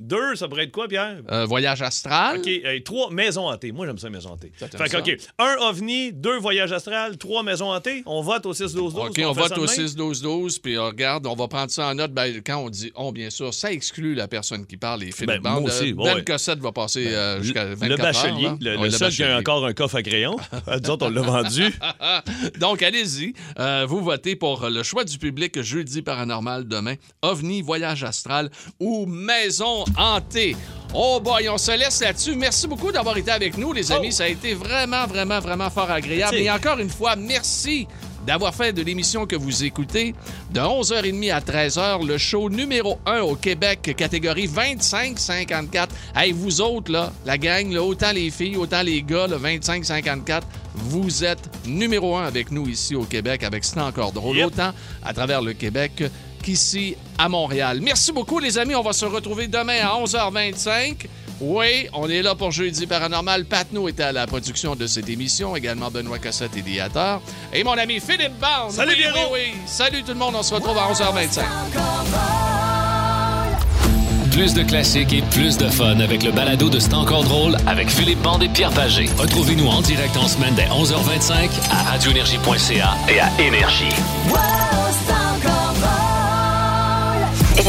[SPEAKER 2] deux, ça pourrait être quoi, Pierre?
[SPEAKER 3] Euh, voyage astral.
[SPEAKER 2] OK, euh, trois, maisons hantées. Moi, j'aime ça, maisons hantées. Fait
[SPEAKER 3] t'aimes
[SPEAKER 2] que,
[SPEAKER 3] ça?
[SPEAKER 2] OK, un OVNI, deux, voyage astral, trois, maisons hantées. On vote au 6-12-12.
[SPEAKER 3] OK, on,
[SPEAKER 2] fait
[SPEAKER 3] vote
[SPEAKER 2] ça
[SPEAKER 3] au
[SPEAKER 2] demain?
[SPEAKER 3] 6-12-12, puis on regarde, on va prendre ça en note. Ben, quand on dit on, bien sûr, ça exclut la personne qui parle et Philippe
[SPEAKER 2] Ben, moi
[SPEAKER 3] Bande.
[SPEAKER 2] aussi,
[SPEAKER 3] ben
[SPEAKER 2] ouais.
[SPEAKER 3] Cossette va passer euh, jusqu'à 24
[SPEAKER 2] Le bachelier,
[SPEAKER 3] heures, là.
[SPEAKER 2] le, le
[SPEAKER 3] Ouais,
[SPEAKER 2] seul qui a
[SPEAKER 3] bachelier.
[SPEAKER 2] encore un coffre à crayon. Nous autres, on l'a vendu.
[SPEAKER 3] Donc, allez-y. Euh, vous votez pour le choix du public jeudi paranormal demain, OVNI, voyage astral ou maison hantée. Oh boy, on se laisse là-dessus. Merci beaucoup d'avoir été avec nous, les amis. Ça a été vraiment, vraiment, vraiment fort agréable.
[SPEAKER 2] Oh! Merci.
[SPEAKER 3] Et encore une fois, merci d'avoir fait de l'émission que vous écoutez, de 11h30 à 13h, le show numéro 1 au Québec, catégorie 25-54. Hey, vous autres, là, la gang, là, autant les filles, autant les gars, le 25-54, vous êtes numéro 1 avec nous ici au Québec, avec C'est encore drôle, autant à travers le Québec qu'ici à Montréal. Merci beaucoup, les amis. On va se retrouver demain à 11h25. Oui, on est là pour Jeudi Paranormal. Patno était à la production de cette émission, également Benoît Cossette, idéateur. Et mon ami Philippe Barnes.
[SPEAKER 2] Salut,
[SPEAKER 3] oui,
[SPEAKER 2] Pierrot.
[SPEAKER 3] oui, oui. Salut tout le monde, on se retrouve à 11h25.
[SPEAKER 1] Plus de classiques et plus de fun avec le balado de C'est encore drôle avec Philippe Bande et Pierre Pagé. Retrouvez-nous en direct en semaine dès 11h25 à radioénergie.ca et à Énergie.
[SPEAKER 6] Wow, c'est encore drôle.